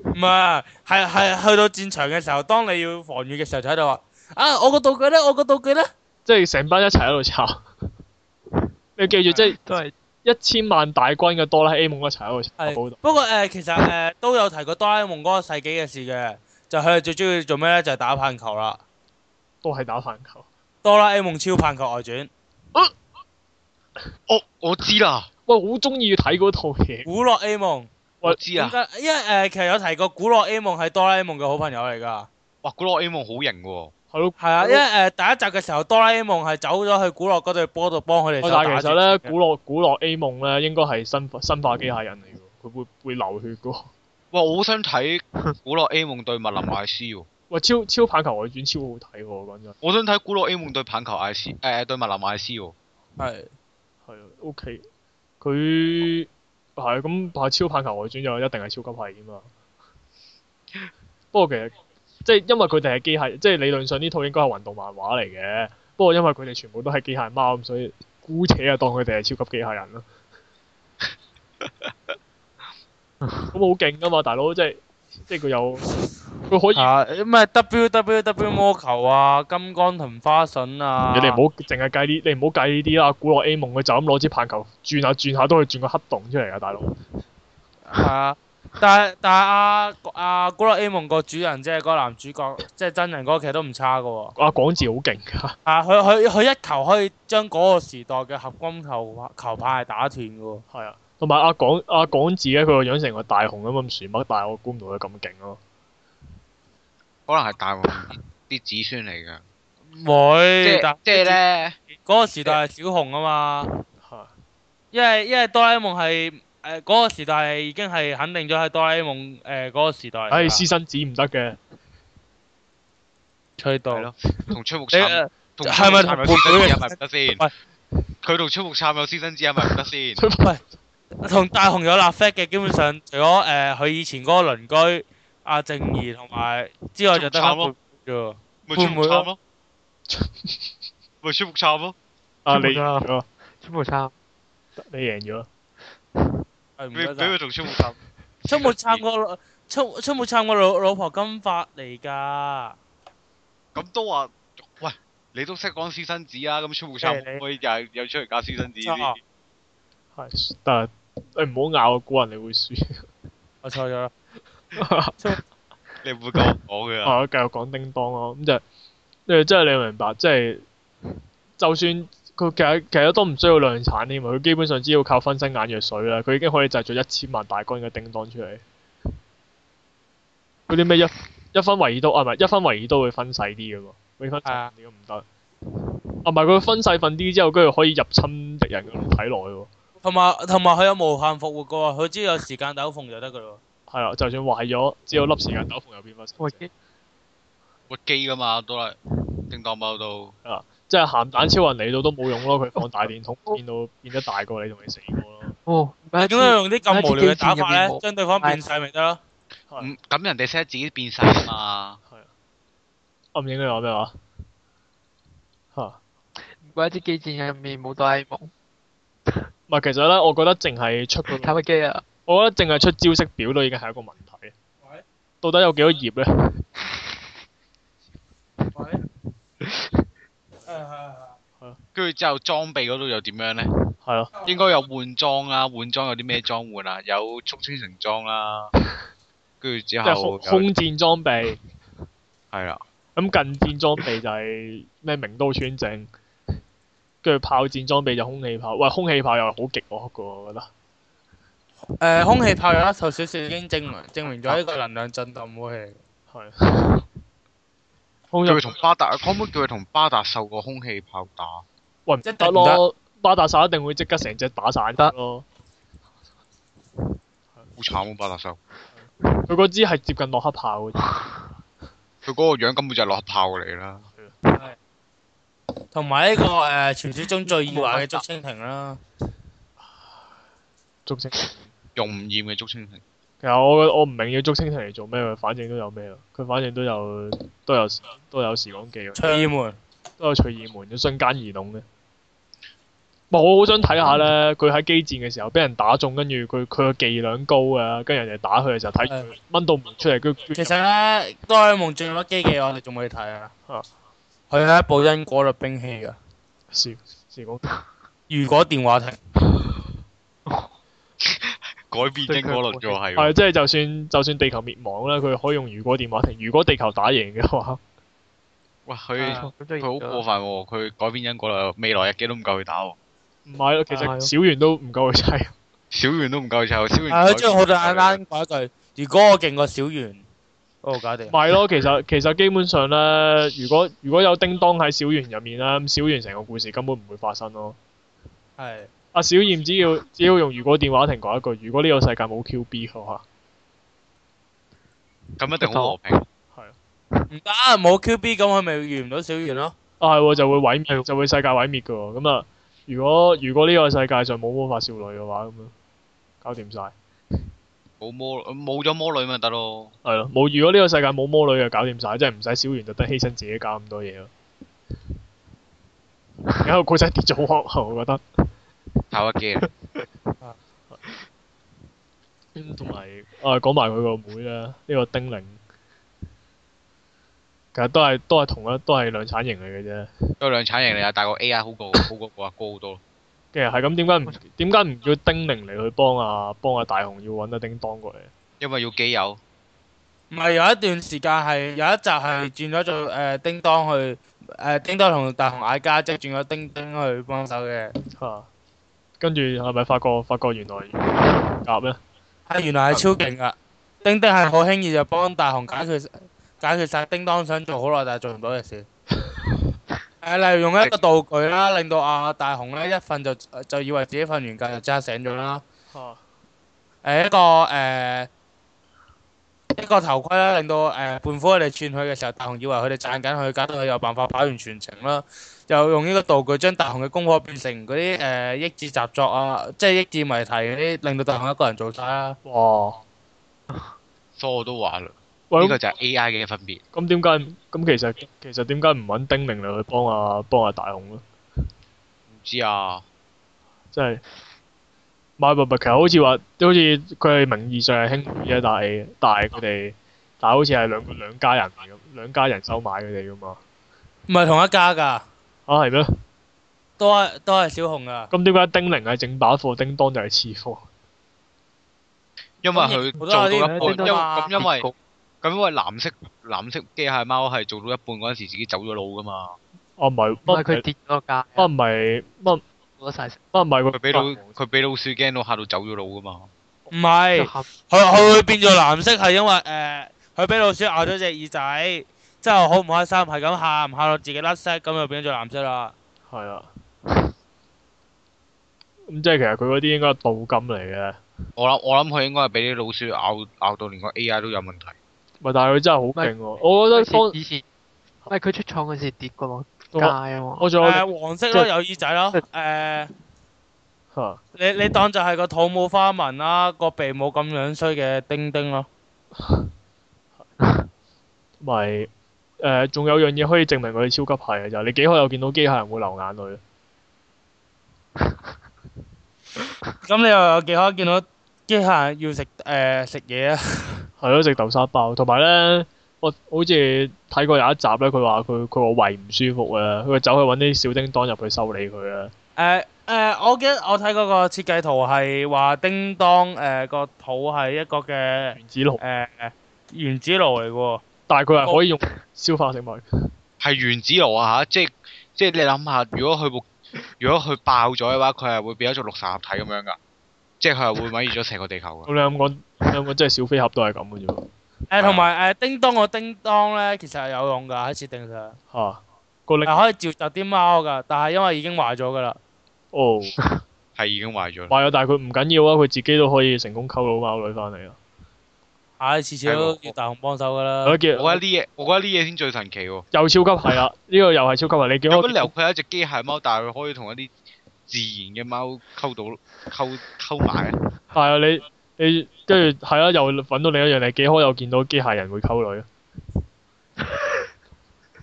唔係，係係去到戰場嘅時候，當你要防禦嘅時候，就喺度話啊我個道具咧，我個道具咧。
即係成班一齊喺度炒。你記住，即係
<laughs> 都係
一千萬大軍嘅哆啦 A 夢一齊喺度
係
炒。
不過誒、呃其實誒、呃都有提過哆啦 A 夢嗰個世紀嘅事嘅，就佢哋最中意做咩咧？就係、打棒球啦，
都係打棒球。
哆啦 A 夢超棒球外傳，
我哦我知啦，
喂，好中意睇嗰套嘢。
古樂 A 夢
我知
點
啊。
解？因為誒、呃其實有提過古樂 A 夢係哆啦 A 夢嘅好朋友嚟㗎，
哇！古樂 A 夢好型喎。
係咯。
係啊，因為誒、呃第一集嘅時候，哆啦 A 夢係走咗去古樂嗰隊波度幫佢哋
喂
手
但
打
係
戰
其實咧，
嘅
古樂古樂 A 夢咧應該係生生化機械人嚟嘅，佢會會流血嘅喎。
哇！我好想睇 <laughs> 古樂 A 夢對麥林艾斯喎。
喂，超超棒球外傳超好睇喎，講真。
我想睇古樂 A 夢對棒球艾斯，誒、對麥林艾斯喎。
係
係啊，OK。佢係咁，但係超棒球外傳就一定係超級係㗎嘛。不過其實即係因為佢哋係機械，即係理論上呢套應該係運動漫畫嚟嘅。不過因為佢哋全部都係機械貓，咁所以姑且啊當佢哋係超級機械人啦。咁好勁㗎嘛，大佬！即係即係佢有佢可以，
啊，咩 W W W 魔球啊，金剛同花筍啊，
你哋唔好淨係計呢，你唔好計呢啲啦。古樂 A 夢佢就咁攞支棒球轉下轉下都可以轉個黑洞出嚟啊，大佬！
係啊，但係但係阿阿古樂 A 夢個主人即係嗰個男主角，即係真人嗰個其實都唔差噶喎。
啊，廣治好勁㗎。
啊，佢佢佢一球可以將嗰個時代嘅合金球球派係打斷噶喎。
係啊，同埋阿廣阿廣治咧，佢個樣成個大雄咁咁旋乜，但係我估唔到佢咁勁咯。
可能係大王啲子孫嚟㗎。
唔會，
即係
但
即係咧，
嗰個時代係小紅啊嘛，
嚇
因為因為哆啦 A 夢係誒嗰個時代係已經係肯定咗係哆啦 A 夢誒嗰個時代嚟啊㗎。
唉，私生子唔得嘅，
吹到
係咯同崔木
你
杉
誒
同
係咪同
崔木杉有私生子係
妹妹
咪唔得先
喂？
佢同崔木杉有私生子係咪唔得先？
同大雄有立 f 嘅，基本上除咗誒佢以前嗰個鄰居阿靜怡同埋之外，就得翻
仲慘
佢啫。
咪
會
崔
唔
木
會
杉
咯
咯，咪崔木杉咯，
啊
全部
你
都
贏咗，
全部差。
你贏咗，
係唔
俾
得
俾
㗎
佢同崔木杉。
出冇撐過出出冇撐過老老婆金髮嚟㗎。
咁都話，喂，你都識講私生子啊？咁崔木杉
即係
可
你
唔可以又又出嚟搞私生子先？
錯
唔
係，但係你唔好拗啊，估人你會輸。
我錯咗啦。
你唔會咁講嘅。
啊，我繼續講叮當咯，咁就誒，即係你明白，即係就算佢其實其實都唔需要量產添啊，佢基本上只要靠分身眼藥水啦，佢已經可以製造一千萬大軍嘅叮當出嚟。嗰啲咩一一分為二刀啊，唔係一分為二刀會分細啲嘅喎，永分細份啲都唔得。啊，唔係佢分細份啲之後，跟住可以入侵敵人嘅肉體內喎。
同埋同埋佢有無限復活㗎喎，佢只要有時間斗篷就得㗎咯。
係啦，就算壞咗，只要粒時間斗篷又變翻細隻。
我已經
屈機噶嘛，都係叮當貓都
即係鹹蛋超人嚟到都冇用咯，佢放大電筒變到變得大過你，仲未死過咯。
哦，唔係
點解要用啲咁無聊嘅打法
喺
咧
自己入面？冇
將對方變晒咪得咯？
係
唔咁人哋識得自己變晒啊嘛，
暗影你話咩話？嚇、
唔怪之機戰入面冇哆啦 A 夢，
唔係其實咧，我覺得淨係出嗰
坦
個，
白機啊，
我覺得淨係出招式表都已經係一個問題。
喂
到底有幾多頁咧？
喂，係係
跟住之後裝備嗰度又點樣咧？
係咯，
應該有換裝啦，換裝有啲咩裝換啊？有速穿成裝啦，跟住之
即係空
後
空
有
戰裝備，
係啦，
咁近戰裝備就係咩名刀穿正，跟住炮戰裝備就空氣炮。喂，空氣炮又係好極惡噶喎，我覺得。
誒，呃空氣炮有一頭少少已經證明證明咗呢個能量震盪武器。
係。空
叫
氣
佢同巴達，可唔可以叫佢同巴達受個空氣炮打？
喂唔
一定
得咯，巴達薩一定會即刻成隻打散得咯。
好慘啊！巴達受
佢嗰支係接近洛克炮嘅啫，
佢嗰個樣根本就係落炮嚟啦。
同埋呢個誒傳説中最易壞嘅竹蜻蜓啦，
竹蜻蜓。
用唔厭嘅竹蜻蜓，
其實我我唔明要竹蜻蜓嚟做咩，反正都有咩咯。佢反正都有都有都有時光機嘅，
隨意門。
都有隨意門，瞬間移動嘅。唔係我好想睇下咧，佢喺機戰嘅時候俾人打中，跟住佢佢嘅伎倆高啊，跟住人哋打佢嘅時候睇住佢掹到門出嚟，跟住
其實咧，哆啦 A 夢最屈機嘅我哋仲未睇啊
啊。
佢係一部因果律兵器㗎，
時時光
如果電話亭。
改變英國律咗
係
係喎。
即係就算就算地球滅亡啦，佢可以用如果電話亭，如果地球打贏嘅話，
哇！佢
咁就
佢好過分喎！佢改變因果律，未來日記都唔夠佢打喎。
唔係咯，其
係咯
實小圓都唔夠佢砌。
小圓都唔夠臭，小圓
係
改
佢將好簡單講一句：如果我勁過小圓，我搞掂
唔。係咯，其實其實基本上咧，如果如果有叮當喺小圓入面啦，咁小圓成個故事根本唔會發生咯。
係
阿小燕只要只要用如果電話亭講一句，如果呢個世界冇 Q B 哦嘅話，
咁一定好和平。
唔得，冇 Q B 咁，佢咪遇唔到小圓咯。
啊係喎就會毀滅，就會世界毀滅嘅喎。咁啊，如果如果呢個世界上冇魔法少女嘅話，咁樣搞掂晒。
冇魔冇咗魔女咪得咯。
係咯，冇如果呢個世界冇魔女嘅搞掂晒，即係唔使小圓特登犧牲自己搞咁多嘢咯。而家個故仔跌咗好後，我覺得。
太屈機啦！
咁同埋啊，講埋佢個妹啦，呢、個丁玲，其實都係都係同一都係量產型嚟嘅啫。
都係量產型嚟啊，但係個 A I 好過好過個阿哥好多。
其實係咁，點解唔點解唔叫丁玲嚟去幫啊幫啊大雄要揾阿叮當過嚟？
因為要基友，
唔係有一段時間係有一集係轉咗做誒、呃叮當去誒、呃叮當同大雄嗌交，即係轉咗叮叮去幫手嘅。
嚇、啊跟住係咪發覺發覺原來夾咧？
係原來係超勁噶，叮叮係好輕易就幫大雄解決解決晒叮當想做好耐但係做唔到嘅事。誒、例如用一個道具啦，令到阿、大雄咧一瞓就就以為自己瞓完覺就即刻醒咗啦。
嚇、
誒、一個誒、一個頭盔啦，令到誒、胖虎佢哋串佢嘅時候，大雄以為佢哋賺緊佢，搞到佢有辦法跑完全程啦。又用呢個道具將大雄嘅功課變成嗰啲誒益智習作啊，即係益智謎題嗰啲，令到大雄一個人做晒啦。
哇！
所以我都話啦，呢
喂，
個
咁
就係 A I 嘅分別。
咁點解唔咁其實其實點解唔揾丁玲嚟去幫啊幫啊大雄咧？
唔知啊，
真係，唔係唔係唔係，其實好似話，好似佢哋名義上係兄妹啫，但係但係佢哋，但係好似係兩個兩家人嚟咁，兩家人收買佢哋噶嘛。
唔係同一家㗎，
啊係咩？
都係都係小紅㗎。
咁點解丁玲係正版貨，叮當就係次貨？
因為佢做到一半，
好多啊
因
有啲
為咁因為
結局
咁因為藍色藍色機械貓係做到一半嗰陣時自己走咗路噶嘛，
啊唔係，乜
唔係
唔係
佢跌咗價，
乜唔係乜
攞晒成
乜唔係
佢俾老
佢
佢俾老鼠驚到嚇到走咗路噶嘛。
唔係
就。喊
佢佢會變做藍色係因為誒，呃佢、俾老鼠咬咗隻耳仔，之後好唔開心，係咁喊，喊到自己甩色，咁就變咗藍色啦。
係啦。咁即係其實佢嗰啲應該係鍍金嚟嘅，
我諗我諗佢應該係俾啲老鼠咬咬到連個 A I 都有問題。
咪但係佢真係好勁喎！我覺得
好
方
似以前喂，佢出廠嗰時跌過落街
我
啊嘛，
我仲有
誒黃色咯，
即係
有耳仔咯
即係，
誒
嚇
你你當就係個肚冇花紋啦，個鼻冇咁樣衰嘅丁丁咯。
咪誒，呃仲有樣嘢可以證明佢哋超級係嘅就係你幾可有見到機械人會流眼淚。
咁你又有幾可見到機械人要食誒食嘢啊？
係咯，食豆沙包，同埋咧，我好似睇過有一集咧，佢話佢佢個胃唔舒服啊，佢走去揾啲小叮當入去修理佢啊。
誒誒，我記得我睇嗰個設計圖係話叮當誒個肚係一個嘅
原子爐，
誒呃原子爐嚟嘅喎。
但係佢係可以用消化食物。
係原子爐啊嚇，即係即係你諗下，如果佢部如果佢爆咗嘅話，佢係會變咗做六十合體咁樣噶，即係佢係會毀滅咗成個地球噶。
咁你咁講，你咁講真係小飛俠都係咁嘅啫喎。
誒同埋誒叮當個叮當咧，其實係有用㗎喺設定上，
嚇，個力
係可以召集啲貓㗎，但係因為已經壞咗㗎啦。
哦，
係已經壞咗啦。
壞咗，但係佢唔緊要啊，佢自己都可以成功溝到貓女翻嚟啊。
唉，次次都要大雄幫手㗎
我
呃
<laughs> 啦。
見
我覺得呢嘢，我覺得呢嘢先最神奇喎。
又超級係啦，呢個又係超級係你見
有
我
乜理由佢係一隻機械貓，但係佢可以同一啲自然嘅貓溝到溝溝埋啊？
係啊，你你跟住係啊，又揾到另一樣你幾可有見到機械人會溝女啊？ <laughs>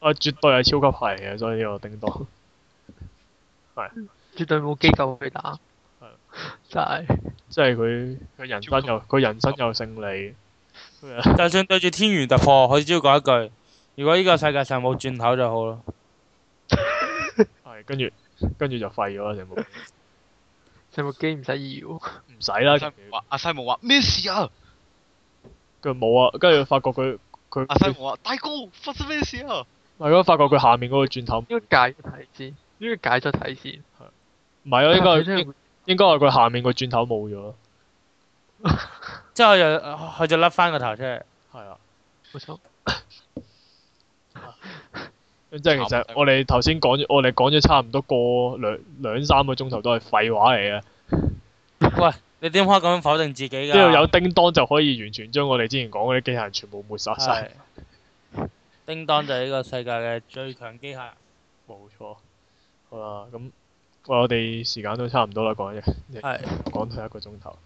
啊，絕對係超級係嘅，所以呢個叮當 <laughs>
絕對冇機構去打
係，
真係
即係佢佢人生又佢人生又勝利，佢啊
就算對住天元突破，佢只要講一句：如果呢個世界上冇轉頭就好咯。
係跟住跟住就廢咗啦，成部
成部機唔使搖。
唔使啦
阿，西姆話：阿西姆話咩事啊？
佢冇啊，跟住發覺佢佢
阿西姆話：大哥，發生咩事啊？
係咯，發覺佢下面嗰個轉頭
應該解咗睇先，應該解咗睇先。
唔係啊，應
佢
該
真係
應
會
應該係佢下面個轉頭冇咗，
之後又佢就甩翻個頭出嚟。
係啊。
冇錯，
咁即係其實我哋頭先講咗，我哋講咗差唔多個兩兩三個鐘頭都係廢話嚟嘅。
你點可以咁樣否定自己㗎？
呢度有叮當就可以完全將我哋之前講嗰啲機械人全部抹殺晒。
係叮當就係呢個世界嘅最強機械人。
冇錯。好啦，咁喂我哋時間都差唔多啦，講嘢
係
講到一個鐘頭。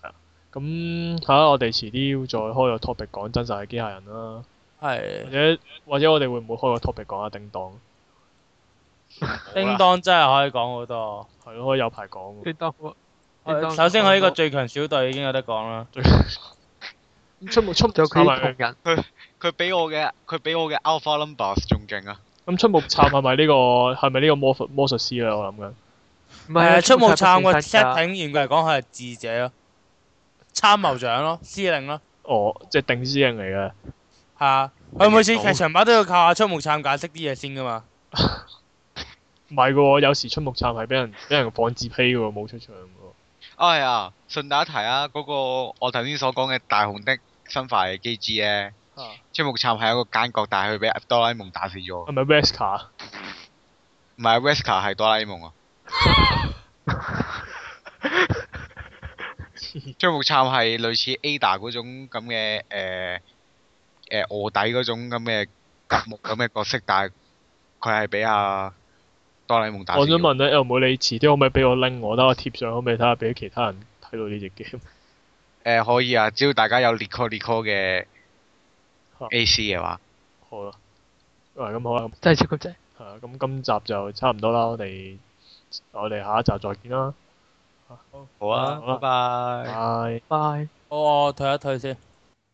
係啊，咁係啦，我哋遲啲要再開個 topic 講真實嘅機械人啦，或
係
者或者我哋會唔會開個 topic 講下叮當？
叮當真係可以講好多。
係咯，可以有排講喎。
叮當好啊叮當
呃首先佢呢個最強小隊已經有得講啦。
出沒出
就佢
係
啲
咪
同人
佢俾我嘅佢俾我嘅 alpha numbers 仲勁啊！
咁出木杉係咪呢個係咪呢個魔術魔術師咧？我諗緊。
唔係啊
誒出冇撐啊個
出晒不
setting，嚴格嚟講佢係智者咯，參謀長咯，司令咯，
哦，即係定師兄嚟嘅。
係啊。佢每次劇場版都要靠阿出冇撐解釋啲嘢先㗎嘛。
唔係嘅喎，有時出木杉係俾人俾人放紙批嘅喎，冇出場嘅
啊係啊，順帶一提啊，嗰、個我頭先所講嘅大雄的生化嘅機制咧，
喎。
青木杉係一個奸角，但係佢俾哆啦 A 夢打死咗。
<laughs> 係咪啊 Vesca？
唔係 Wesker 係哆啦 A 夢啊。張木杉係類似 Ada 嗰種咁嘅誒誒卧底嗰種咁嘅特務咁嘅角色，但係佢係俾阿哆啦 A 夢打死
我想
咗。
問咧，又唔會你遲啲可唔可以俾我拎我，等我貼上，可唔可以睇下俾其他人睇到呢只 game？ <laughs>
誒可以啊，只要大家有 Nico Nico 嘅
嚇
AC 嘅話，
好啦，喂，咁好啦，
真係超級正。
係啊，咁今集就差唔多啦，我哋我哋下一集再見啦，
好啊，
好
拜
啊
拜。
拜。
拜。
哦好，我退一退先。